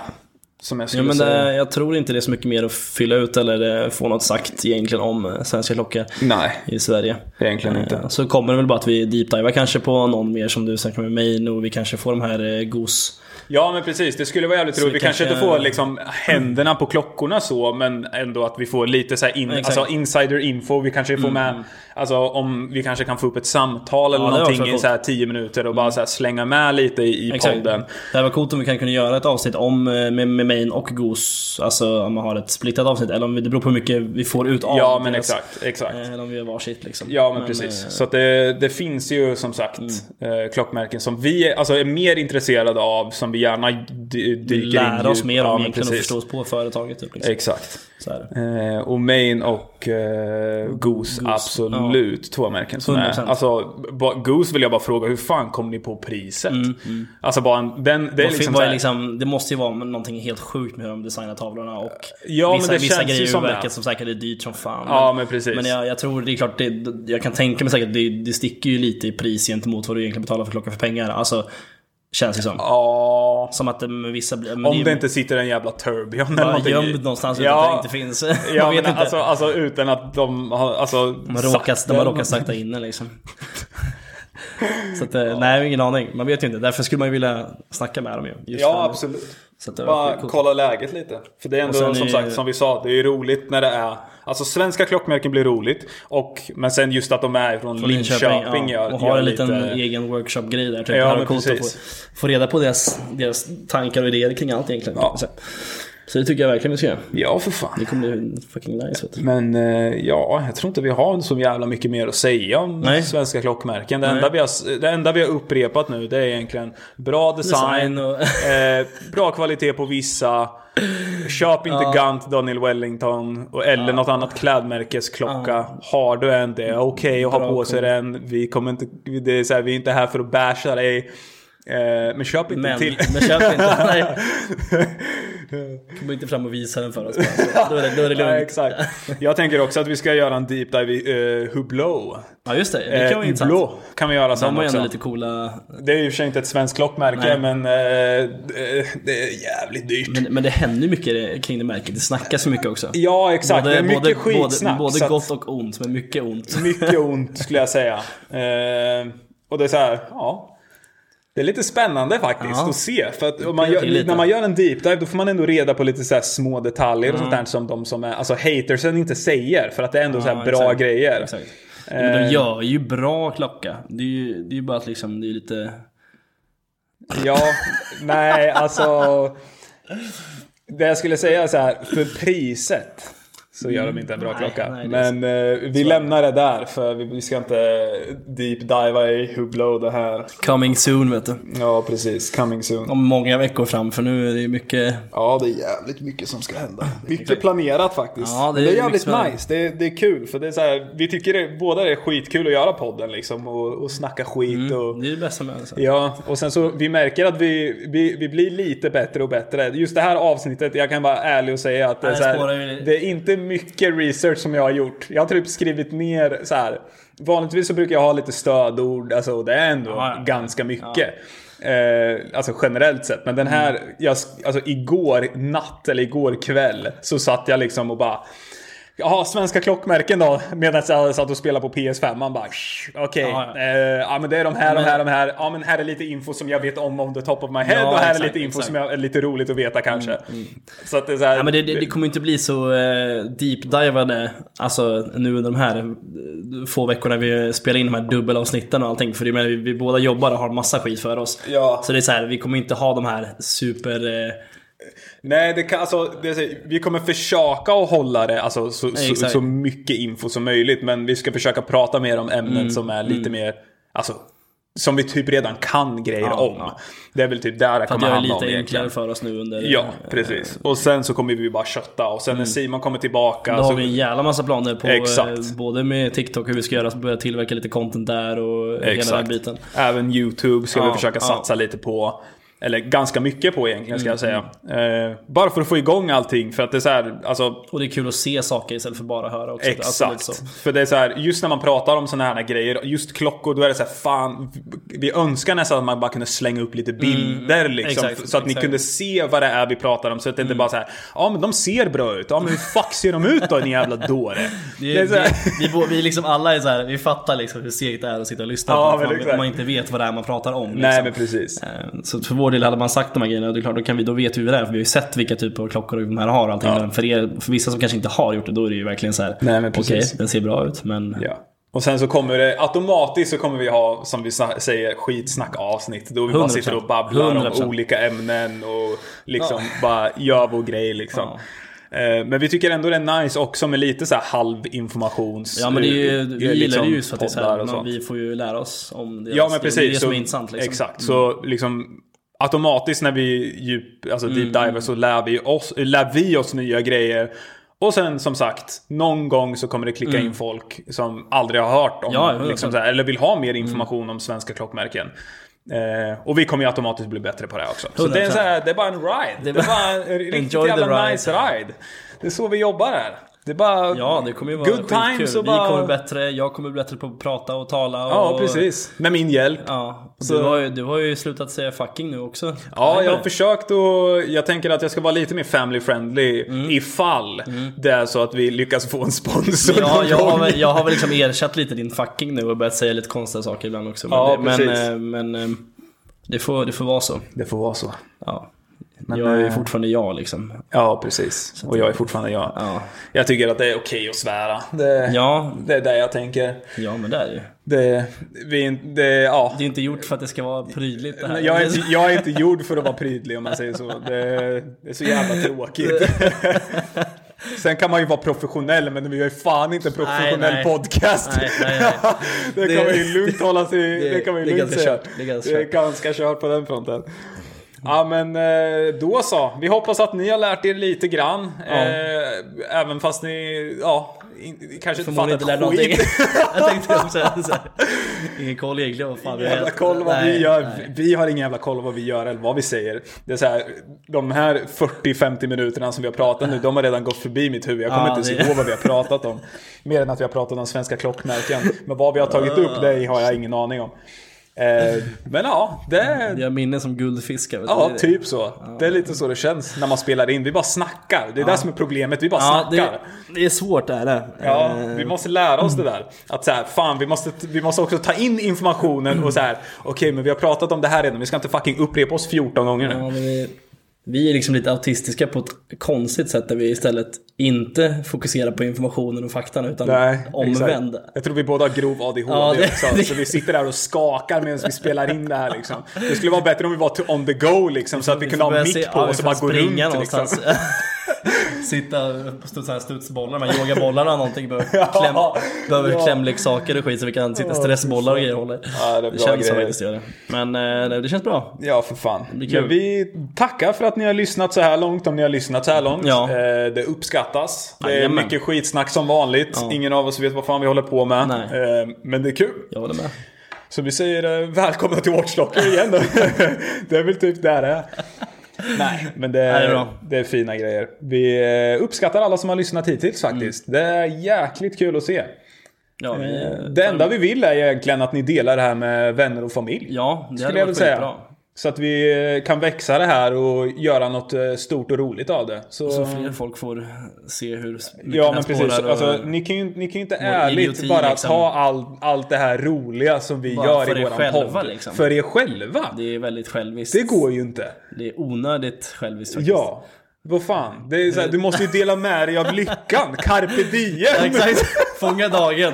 Som jag skulle Ja, men säga. det, jag tror inte det är så mycket mer att fylla ut eller eh, få något sagt egentligen om eh, svenska klockor Nej, i Sverige. egentligen inte. Eh, Så kommer det väl bara att vi deepdivar kanske på någon mer som du snackar med mig och vi kanske får de här eh, GOS. Ja men precis, det skulle vara jävligt roligt. vi Vi kanske inte kanske- får liksom händerna på klockorna så, men ändå att vi får lite så här in, Exakt. Mm. alltså insider info. Vi kanske får med, alltså om vi kanske kan få upp ett samtal eller Ja, det är också någonting i coolt. så här 10 minuter och bara så här slänga med lite i, i Exakt. podden. Det här var coolt om vi kan kunna göra ett avsnitt om eh, med, med main och GOS. Alltså om man har ett splittat avsnitt. Eller om vi, det beror på hur mycket vi får ut av Ja men deras- exakt, exakt. eh, Eller om vi gör varsitt liksom. Ja men, precis. eh, Mm. Så att det, det finns ju som sagt eh, klockmärken som vi är, alltså, är mer intresserade av, som vi gärna dy- dyker in lära oss djupt- mer Ja, om men egentligen och precis. förstå oss på företaget. Typ, liksom. Exakt. så här. Eh, och Main och eh, Goose, absolut två märken som är. 100%. Alltså, ba- Goose vill jag bara fråga, hur fan kom ni på priset? Alltså bara en, den, det är Mm, Vad liksom, fin- vad så är här- liksom, det måste ju vara någonting helt sjukt med hur de designar tavlorna och Ja, vissa, men det vissa känns ju grejer som i det. verket som säkert är dyrt som fan. Ja, men precis. Men jag, jag tror det är klart, det, jag kan tänka mig säkert, det, det sticker ju lite i pris gentemot vad du egentligen betalar för klockan för pengar. Alltså, känns det som. Ja, Som att eh, vissa blir... men om är det inte sitter en jävla Turbion eller bara någonting i. gömd någonstans utan att det ja, inte finns. [LAUGHS] Ja, jag vet men inte. Alltså, alltså utan att de har... Alltså, de har råkat, de har råkat sakta in den liksom. Så att, eh, nej, ingen aning. Man vet ju inte. Därför skulle man ju vilja snacka med dem ju. Just för- Ja, absolut. Så att det var Bara coolt. kolla läget lite. För det är ändå Och sen som är- sagt som vi sa, det är ju roligt när det är... Alltså svenska klockmärken blir roligt. Och, men sen just att de är från Linköping, gör, ja, och har gör en liten lite... egen workshop-grej där. Typ. Ja, det här var men coolt att få, precis. få reda på deras, deras tankar och idéer kring allt egentligen. Ja. Så, så det tycker jag verkligen vi ska göra. Ja, för fan. Det kommer bli fucking nice. Vet du. Men eh, ja, jag tror inte vi har så jävla mycket mer att säga om Nej. svenska klockmärken. Det enda, vi har, det enda vi har upprepat nu det är egentligen bra design, Design [LAUGHS] och- eh, bra kvalitet på vissa, köp inte Gant, Daniel Wellington och, eller något annat klädmärkesklocka. Har du en, det är okej att ha Bra på sig den. Vi, kommer inte, det är så här, vi är inte här för att basha dig. Eh, men köp inte Men, till. men köp inte. [LAUGHS] Nej. Kom inte fram och visa den för oss. bara, [LAUGHS] så. Då är det, då är det Ja, lugnt. exakt. Jag tänker också att vi ska göra en deep dive i eh, Hublot. Ja just det, det kan vara Eh, intressant. Hublot kan vi göra sen De har ju också. ändå lite coola... Det är ju i och för sig inte ett svenskt klockmärke Nej. men eh, det- det är jävligt dyrt. Men, men det händer ju mycket kring det märket, det snackas mycket också. ja exakt, det är mycket både, skitsnack. så både att- gott och ont, men mycket ont. [LAUGHS] Mycket ont skulle jag säga. Eh, och det är så här, ja. Det är lite spännande faktiskt Ja. att se. För att om man gör, till lite. när man gör en deep dive då får man ändå reda på lite så här små detaljer och Mm. sånt där som de som är, alltså hatersen inte säger. För att det är ändå så här Ja, bra exakt. grejer. Eh. Exakt. Men de gör ju bra klocka. Det är ju, det är ju bara att liksom, det är lite... Ja, nej alltså. Det jag skulle säga är så här, för priset. Så gör de inte en bra klocka. Mm. nej, det är Men eh, vi lämnar det där för vi, vi ska inte deep diva i Hublot det här. Coming soon vet du. Ja precis, coming soon. Om många veckor fram, för nu är det ju mycket... Ja, det är jävligt mycket som ska hända. Mycket planerat faktiskt. Ja, det Men är det är jävligt liksom- nice. Det är, det är kul. För det är så här, vi tycker det, båda det är skitkul att göra podden liksom. Och, och snacka skit och... Mm, Det är det bästa med det. så. Ja, och sen så vi märker att vi, vi, vi blir lite bättre och bättre. Just det här avsnittet, jag kan vara ärlig och säga att det är, Nej, så spårar här, ju- det är inte mycket research som jag har gjort. Jag har typ skrivit ner så här. Vanligtvis så brukar jag ha lite stödord, alltså och det är ändå Ja, ja. ganska mycket. Eh, alltså generellt sett. Men den Mm. här, jag, sk- alltså igår natt eller igår kväll så satt jag liksom och bara Jaha, svenska klockmärken då? Medan jag satt och spelade på PS5. Man bara "Shh, okej. Ja, ja. eh, ja men det är de här, de Men- här, de här. Ja men här är lite info som jag vet om on the top of my head. Ja, och här är exakt, lite info exakt. Mm, som jag, är lite roligt att veta kanske. Så att det är så här, Ja, men det, det, det kommer inte bli så eh, deep-divande alltså, nu under de här eh, få veckorna vi spelar in de här dubbelavsnitten och allting. För det menar, vi, vi båda jobbar och har massa skit för oss. Ja. Så det är så här, vi kommer inte ha de här super... Eh, Nej, det kan, alltså, det är, så- vi kommer försöka att hålla det alltså, så, så, exakt. så mycket info som möjligt. Men vi ska försöka prata mer om ämnen Mm, som är lite mer... Alltså, som vi typ redan kan grejer Ja, om. ja. Det är väl typ där det att kommer göra det handla lite om enklare egentligen. för oss nu under... Ja, precis. Och sen så kommer vi bara kötta och sen när Simon kommer tillbaka Mm. Då så... har vi en jävla massa planer på Alltså- Exakt. eh, både med TikTok och hur vi ska göra, börja tillverka lite content där och hela den Exakt. här biten. Även YouTube ska vi Ja, försöka ja. satsa lite på. Eller ganska mycket på egentligen ska jag Mm, säga. Eh, bara för att få igång allting för att det är så här, alltså Och det är kul att se saker istället för bara höra också. Alltså, lite Exakt. så. För det är så här, just när man pratar om sådana här grejer, just klockor, då är det så här, fan. Vi önskar nästan att man bara kunde slänga upp lite bilder liksom. exakt, så att ni exakt. kunde se vad det är vi pratar om. Så att det inte bara så här, ja men de ser bra ut. Ja men hur fuck ser de ut då, din jävla dåre? Det, Det är så här- vi, vi, bo- vi liksom alla är så här, vi fattar liksom hur segt det är att sitta och lyssna Ja, på men om man, exakt. om man inte vet vad det är man pratar om. [LAUGHS] Liksom. Nej men precis. Eh, Så för vår del hade man sagt de här grejerna, det är klart, då, kan vi, då vet vi vad det är. För vi har ju sett vilka typer av klockor de här har. och Allting. Men För, er, för vissa som kanske inte har gjort det, då är det ju verkligen så här. Nej, men Okej, precis. den ser bra ut, men Ja. Och sen så kommer det automatiskt så kommer vi ha, som vi sa- säger, skitsnackavsnitt. Då vi bara 100%. sitter och babblar om 100%. olika ämnen och liksom bara gör vår grej liksom. Eh, Men vi tycker ändå det är nice också med lite så här halvinformations... Ja men det är ju, eh, vi gillar liksom det ju just för att det är så poddar här, och man, sånt. vi får ju lära oss om det. Ja men Alltså, Det är precis. det som så- är intressant liksom. Exakt. Så liksom automatiskt när vi djup, alltså deep Mm. diver så lär vi, oss, lär vi oss nya grejer. Och sen som sagt, någon gång så kommer det klicka in folk som aldrig har hört om, Mm. Ja, Mm. ja, liksom, ja. så här, eller vill ha mer information om svenska klockmärken. Eh, och vi kommer ju automatiskt bli bättre på det här också. Så det, är en 100%. så här, det är bara en ride. Det är bara en riktigt [LAUGHS] Enjoy the jävla ride. nice ride. Det är så vi jobbar här. Det är bara Ja det kommer ju vara good skitkul. times och Vi bara... kommer bättre, jag kommer bättre på att prata och tala. Och, ja, precis. Med min hjälp. Ja, och Så- du, har ju, du har ju slutat säga fucking nu också. Ja, Nej, jag har men- försökt och jag tänker att jag ska vara lite mer family friendly Mm. ifall det är så att vi lyckas få en sponsor Ja, någon jag, har, gång. väl- jag har väl liksom ersatt lite din fucking nu och börjat säga lite konstiga saker ibland också. Men, Ja, det, men, precis. eh, men eh, det, får, det får vara så. Det får vara så. Ja. jag är ju eh, fortfarande jag liksom. Ja, precis. Och jag är fortfarande jag. Ja, Jag tycker att det är okej att svära. Det, ja, det är det jag tänker. ja men det är det ju. Det, vi, det, ja. Det är inte gjort för att det ska vara prydligt det här. Nej, Jag är, inte, jag är inte gjord för att vara prydlig om man säger så. Det, det är så jävla [LAUGHS] tråkigt. Sen kan man ju vara professionell, men vi gör ju fan inte en professionell Nej, nej. podcast. Nej, nej, nej. [LAUGHS] det, Det- kan man ju lugnt hålla sig... Det, det- kan man ju det är lugnt ganska säga. kört, det är ganska det är kört. ganska kört på den fronten. Ja men eh, då så. Vi hoppas att ni har lärt er lite grann. Eh, Även fast ni ja, in, kanske inte fattar Förmodligen ett inte lärt någonting. skit. [LAUGHS] jag tänkte jag skulle säga så här. Ingen koll egentligen vad fan vi Ingen jävla heter. koll vad vi Nej, gör. nej. Vi har ingen jävla koll vad vi gör eller vad vi säger. Det är så här, de här 40-50 minuterna som vi har pratat nu, de har redan gått förbi mitt huvud. Jag kommer Ja, inte ens det- ihåg vad vi har pratat om. Mer än att vi har pratat om svenska klockmärken. Men vad vi har tagit upp, det har jag ingen aning om. Eh, Men ja, det, Vi har minnen som guldfiskar. vet du, Ja, det är det. typ så. Det är lite så det känns när man spelar in. Vi bara snackar. Det är det som är problemet. Vi bara Ja, det, snackar. det är svårt det är det. Ja, Eh, vi måste lära oss det där. Att så här, fan, vi måste, vi måste också ta in informationen och så här. Okej, men vi har pratat om det här redan. Vi ska inte fucking upprepa oss 14 gånger nu. Ja, men vi, vi är liksom lite autistiska på ett konstigt sätt där vi istället inte fokuserar på informationen och faktan utan omvänd. exakt. Jag tror vi båda har grov ADHD Ja, det- också. Så vi sitter där och skakar medan vi spelar in det här liksom. Det skulle vara bättre om vi var to- on the go liksom. Så att vi, kunde ha börjar se- mick på ja, vi och så får bara gå runt springa liksom. någonstans. [LAUGHS] Sitta på studs, så här studsbollar, de här yogabollarna eller [LAUGHS] någonting. Behöver, kläm, behöver ja. klämleksaker och skit så vi kan sitta stressbollar och grejer och hålla i. Ja, det är bra känns som grejer. faktiskt det gör det. Men eh, nej, det känns bra. Ja, för fan. blir kul. Men vi tackar för att ni har lyssnat så här långt, om ni har lyssnat så här långt. Ja. Eh, Det uppskattas. Det är Jajamän. mycket skitsnack som vanligt. Ingen av oss vet vad fan vi håller på med. Nej. Eh, Men det är kul. Jag håller med. Så vi säger eh, välkomna till Watchlocker igen då. [LAUGHS] det är väl typ där det är. Nej, men det är, det det, är är bra. fina grejer. Vi eh, uppskattar alla som har lyssnat hittills faktiskt. Mm. Det är jäkligt kul att se. Ja, vi, Eh, Det enda vi vill är egentligen att ni delar det här med vänner och familj. ja det skulle hade jag varit vilja säga. skitbra. Så att vi eh, kan växa det här och göra något eh, stort och roligt av det. Så, Så fler folk får se hur mycket Eh. ja den men spårar precis. och- Alltså, ni kan ju ni kan ju inte ärligt idioti, bara liksom. ta all, allt det här roliga som vi Bara gör för i er våran själva, podd. liksom. För er själva. Det är väldigt själviskt. Det går ju inte. Det är onödigt själviskt faktiskt. Ja. Vad fan. Det är så här, du måste ju dela med dig av [LAUGHS] lyckan. Carpe Ja, diem. Exakt, fånga dagen.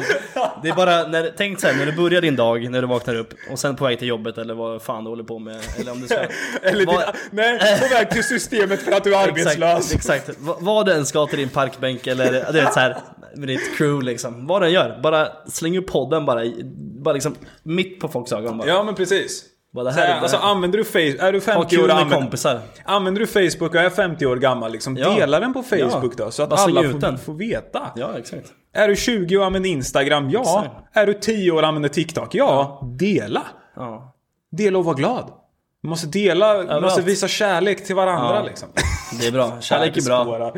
Det är bara, när, tänk så här, när du börjar din dag, när du vaknar upp och sen på väg till jobbet eller vad fan du håller på med. Eller om du ska... [LAUGHS] [LAUGHS] Eller vad- dina, nej, på väg till systemet för att du är arbetslös. [LAUGHS] Exakt, exakt. Va- vad du än ska till din parkbänk eller du vet, så här, med ditt crew liksom. Vad du än gör, bara släng upp podden bara, i- bara liksom mitt på folks ögon bara. Ja men precis. Bara, det här Så är här, det alltså, här. använder du Facebook, är du Ha 50 år kul och med använder, kompisar. Använder du Facebook och är 50 år gammal, liksom, Ja. dela den på Facebook Ja. då. Så att Bara släng alla ut får, den. får veta. Ja, exakt. Är du 20 och använder Instagram? Ja. Exakt. Är du 10 år och använder TikTok? Ja. Dela. Ja. Dela och var glad. Du måste dela, du måste visa kärlek till varandra Ja. liksom. Det är bra, [LAUGHS] kärlek är bra. [LAUGHS] Spårar.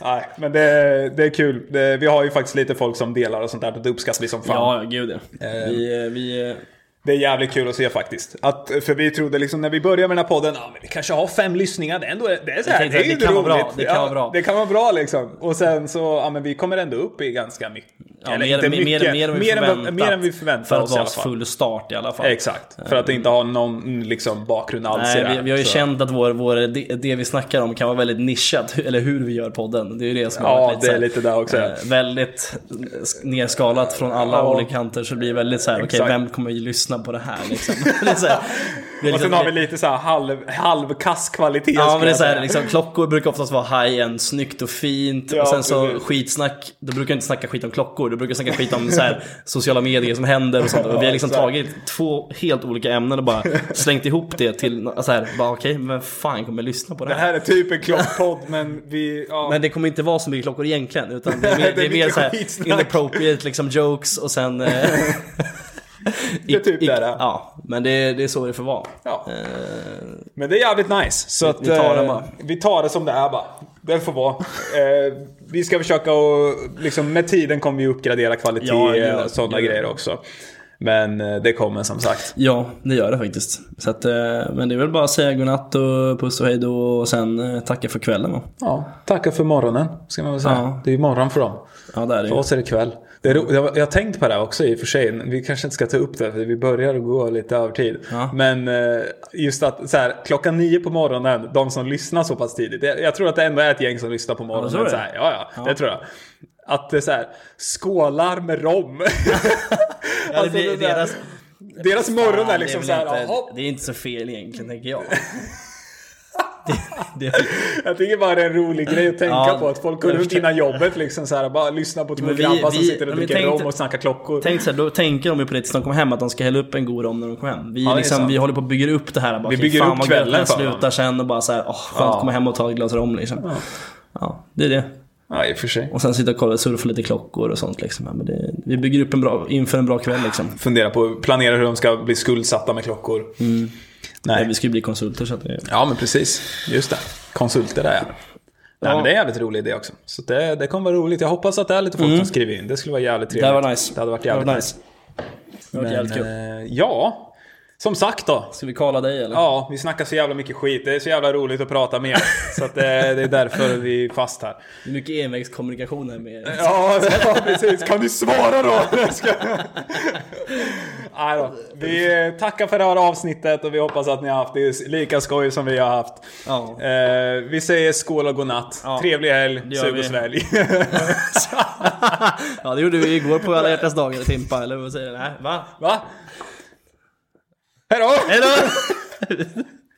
Nej, men det, det är kul. Det, vi har ju faktiskt lite folk som delar och sånt där. Det uppskattar vi som fan. Ja, gud ja. Vi, eh, vi, eh, Det är jävligt kul att se faktiskt. Att, för vi trodde liksom när vi började med den här podden, ja men vi kanske har fem lyssningar. Det, är ändå, det, är så här, det, tänkte är att ju det kan roligt. vara bra, det kan ja, vara bra. Det kan vara bra liksom. Och sen så, ja men vi kommer ändå upp i ganska mycket. Ja, mer, mer, mer, mer, än vi mer, än, vad- förväntat, mer än vi förväntar För att oss i vara alla fall. full start i alla fall. Exakt. För att inte ha någon mm, liksom, bakgrund alls i det Nej, här. vi, vi har ju Så- känt att vår, vår, det, det vi snackar om kan vara väldigt nischat, [LAUGHS] eller hur vi gör podden. Det är ju det som har Ja, varit det är så här, lite där också. eh, Väldigt nerskalat från alla Ja. håll och kanter så det blir väldigt så här, okej Exakt. vem kommer ju lyssna på det här liksom? [LAUGHS] det är så här, det är Och sen liksom- har vi lite så här halv, halvkass kvalitet. Ja skulle men det är jag så här, säga. liksom, klockor brukar oftast vara high-end, snyggt och fint. Ja, och sen så precis. skitsnack, du brukar inte snacka skit om klockor, du brukar snacka skit om [LAUGHS] så här, sociala medier som händer och sånt. Och vi har liksom exakt. tagit två helt olika ämnen och bara slängt ihop det till nå- så här, bara okej, men vem fan kommer lyssna på det Det här? här är typ en klockpodd men vi... Ja. Men det kommer inte vara så mycket klockor egentligen, [LAUGHS] utan det är Nej, mer, det det är är mer mycket så här skitsnack. inappropriate liksom jokes och sen... eh, är typ ick- [LAUGHS] det det är. Ja, men det, det är så det får vara. ja. Eh, Men det är jävligt nice. Så att, vi tar det eh, bara. vi tar det som det är bara. Det får vara. eh, vi ska försöka och liksom, med tiden kommer vi uppgradera kvalitet Ja, det gör- och sådana det gör. grejer också. Men eh, det kommer som sagt. Ja, det gör det faktiskt. Så att, eh, men det är väl bara att säga godnatt och puss och hej då och sen eh, tacka för kvällen va? Ja, tacka för morgonen ska man väl säga. Ja. Det är ju morgon för dem. Ja, där är det. För ju. oss är det kväll. Det är ro- jag, jag har tänkt på det här också i och för sig. Vi kanske inte ska ta upp det för vi börjar gå lite över tid. Ja. Men eh, just att så här, klockan nio på morgonen, de som lyssnar så pass tidigt. Jag, jag tror att det ändå är ett gäng som lyssnar på morgonen. tror du? så här, ja, ja, det tror jag. Att det är så här, skålar med [LAUGHS] rom. Ja, det blir det är så här- deras- deras morgon är Fan, liksom det så är här, väl "Jaha." inte, Det är inte så fel egentligen tänker [LAUGHS] jag. det, det, Jag tycker bara det är en rolig grej att tänka Ja, på. Att folk går jag runt förstår. innan jobbet liksom så här, bara lyssnar på två men vi- grabbar som vi- sitter och men vi dricker tänkte- rom och snackar klockor. tänk så här, då tänker de ju på det tills de kommer hem att de ska hälla upp en god rom när de kommer hem. Vi, det är liksom, sant. vi håller på att bygga upp det här. Bara, Vi okej, bygger fan, upp vad gött när kvällen jag för dem. slutar sen och bara så här, åh skönt att Ja. komma hem och ta ett glas rom liksom. Ja, det är det. Ja, i och för sig. Och sen sitta och kolla, surfa lite klockor och sånt. Liksom. Men det, vi bygger upp en bra, inför en bra kväll. Liksom. Fundera på, planera hur de ska bli skuldsatta med klockor. Nej. Vi Nej. ska ju bli konsulter så att det... Mm. Ja, men precis. Just det. Konsulter där ja. Nej, men det är en jävligt rolig idé också. Så det, det kommer vara roligt. Jag hoppas att det är lite folk som skriver in. Det skulle vara jävligt trevligt. Det var nice. Mm. Det hade varit jävligt Det var nice. nice. Det var jävligt kul. Eh, ja, som sagt då. Ska vi kalla dig eller? Ja, vi snackar så jävla mycket skit. Det är så jävla roligt att prata [LAUGHS] med er. Så att, eh, det är därför vi är fast här. Det är mycket envägskommunikation här med er. Ja, det var precis. Kan du svara då? Jag ska- Nej då. Vi eh, tackar för det här avsnittet och vi hoppas att ni har haft det lika skoj som vi har haft. Ja. [LAUGHS] Eh, vi säger skål och godnatt. Ja. Trevlig helg, Det gör sug vi. och svälj. [LAUGHS] ja, det gjorde vi igår på alla hjärtans dagar i Timpa, eller vad säger du? Nej, va? Va? Hej då! Hej då!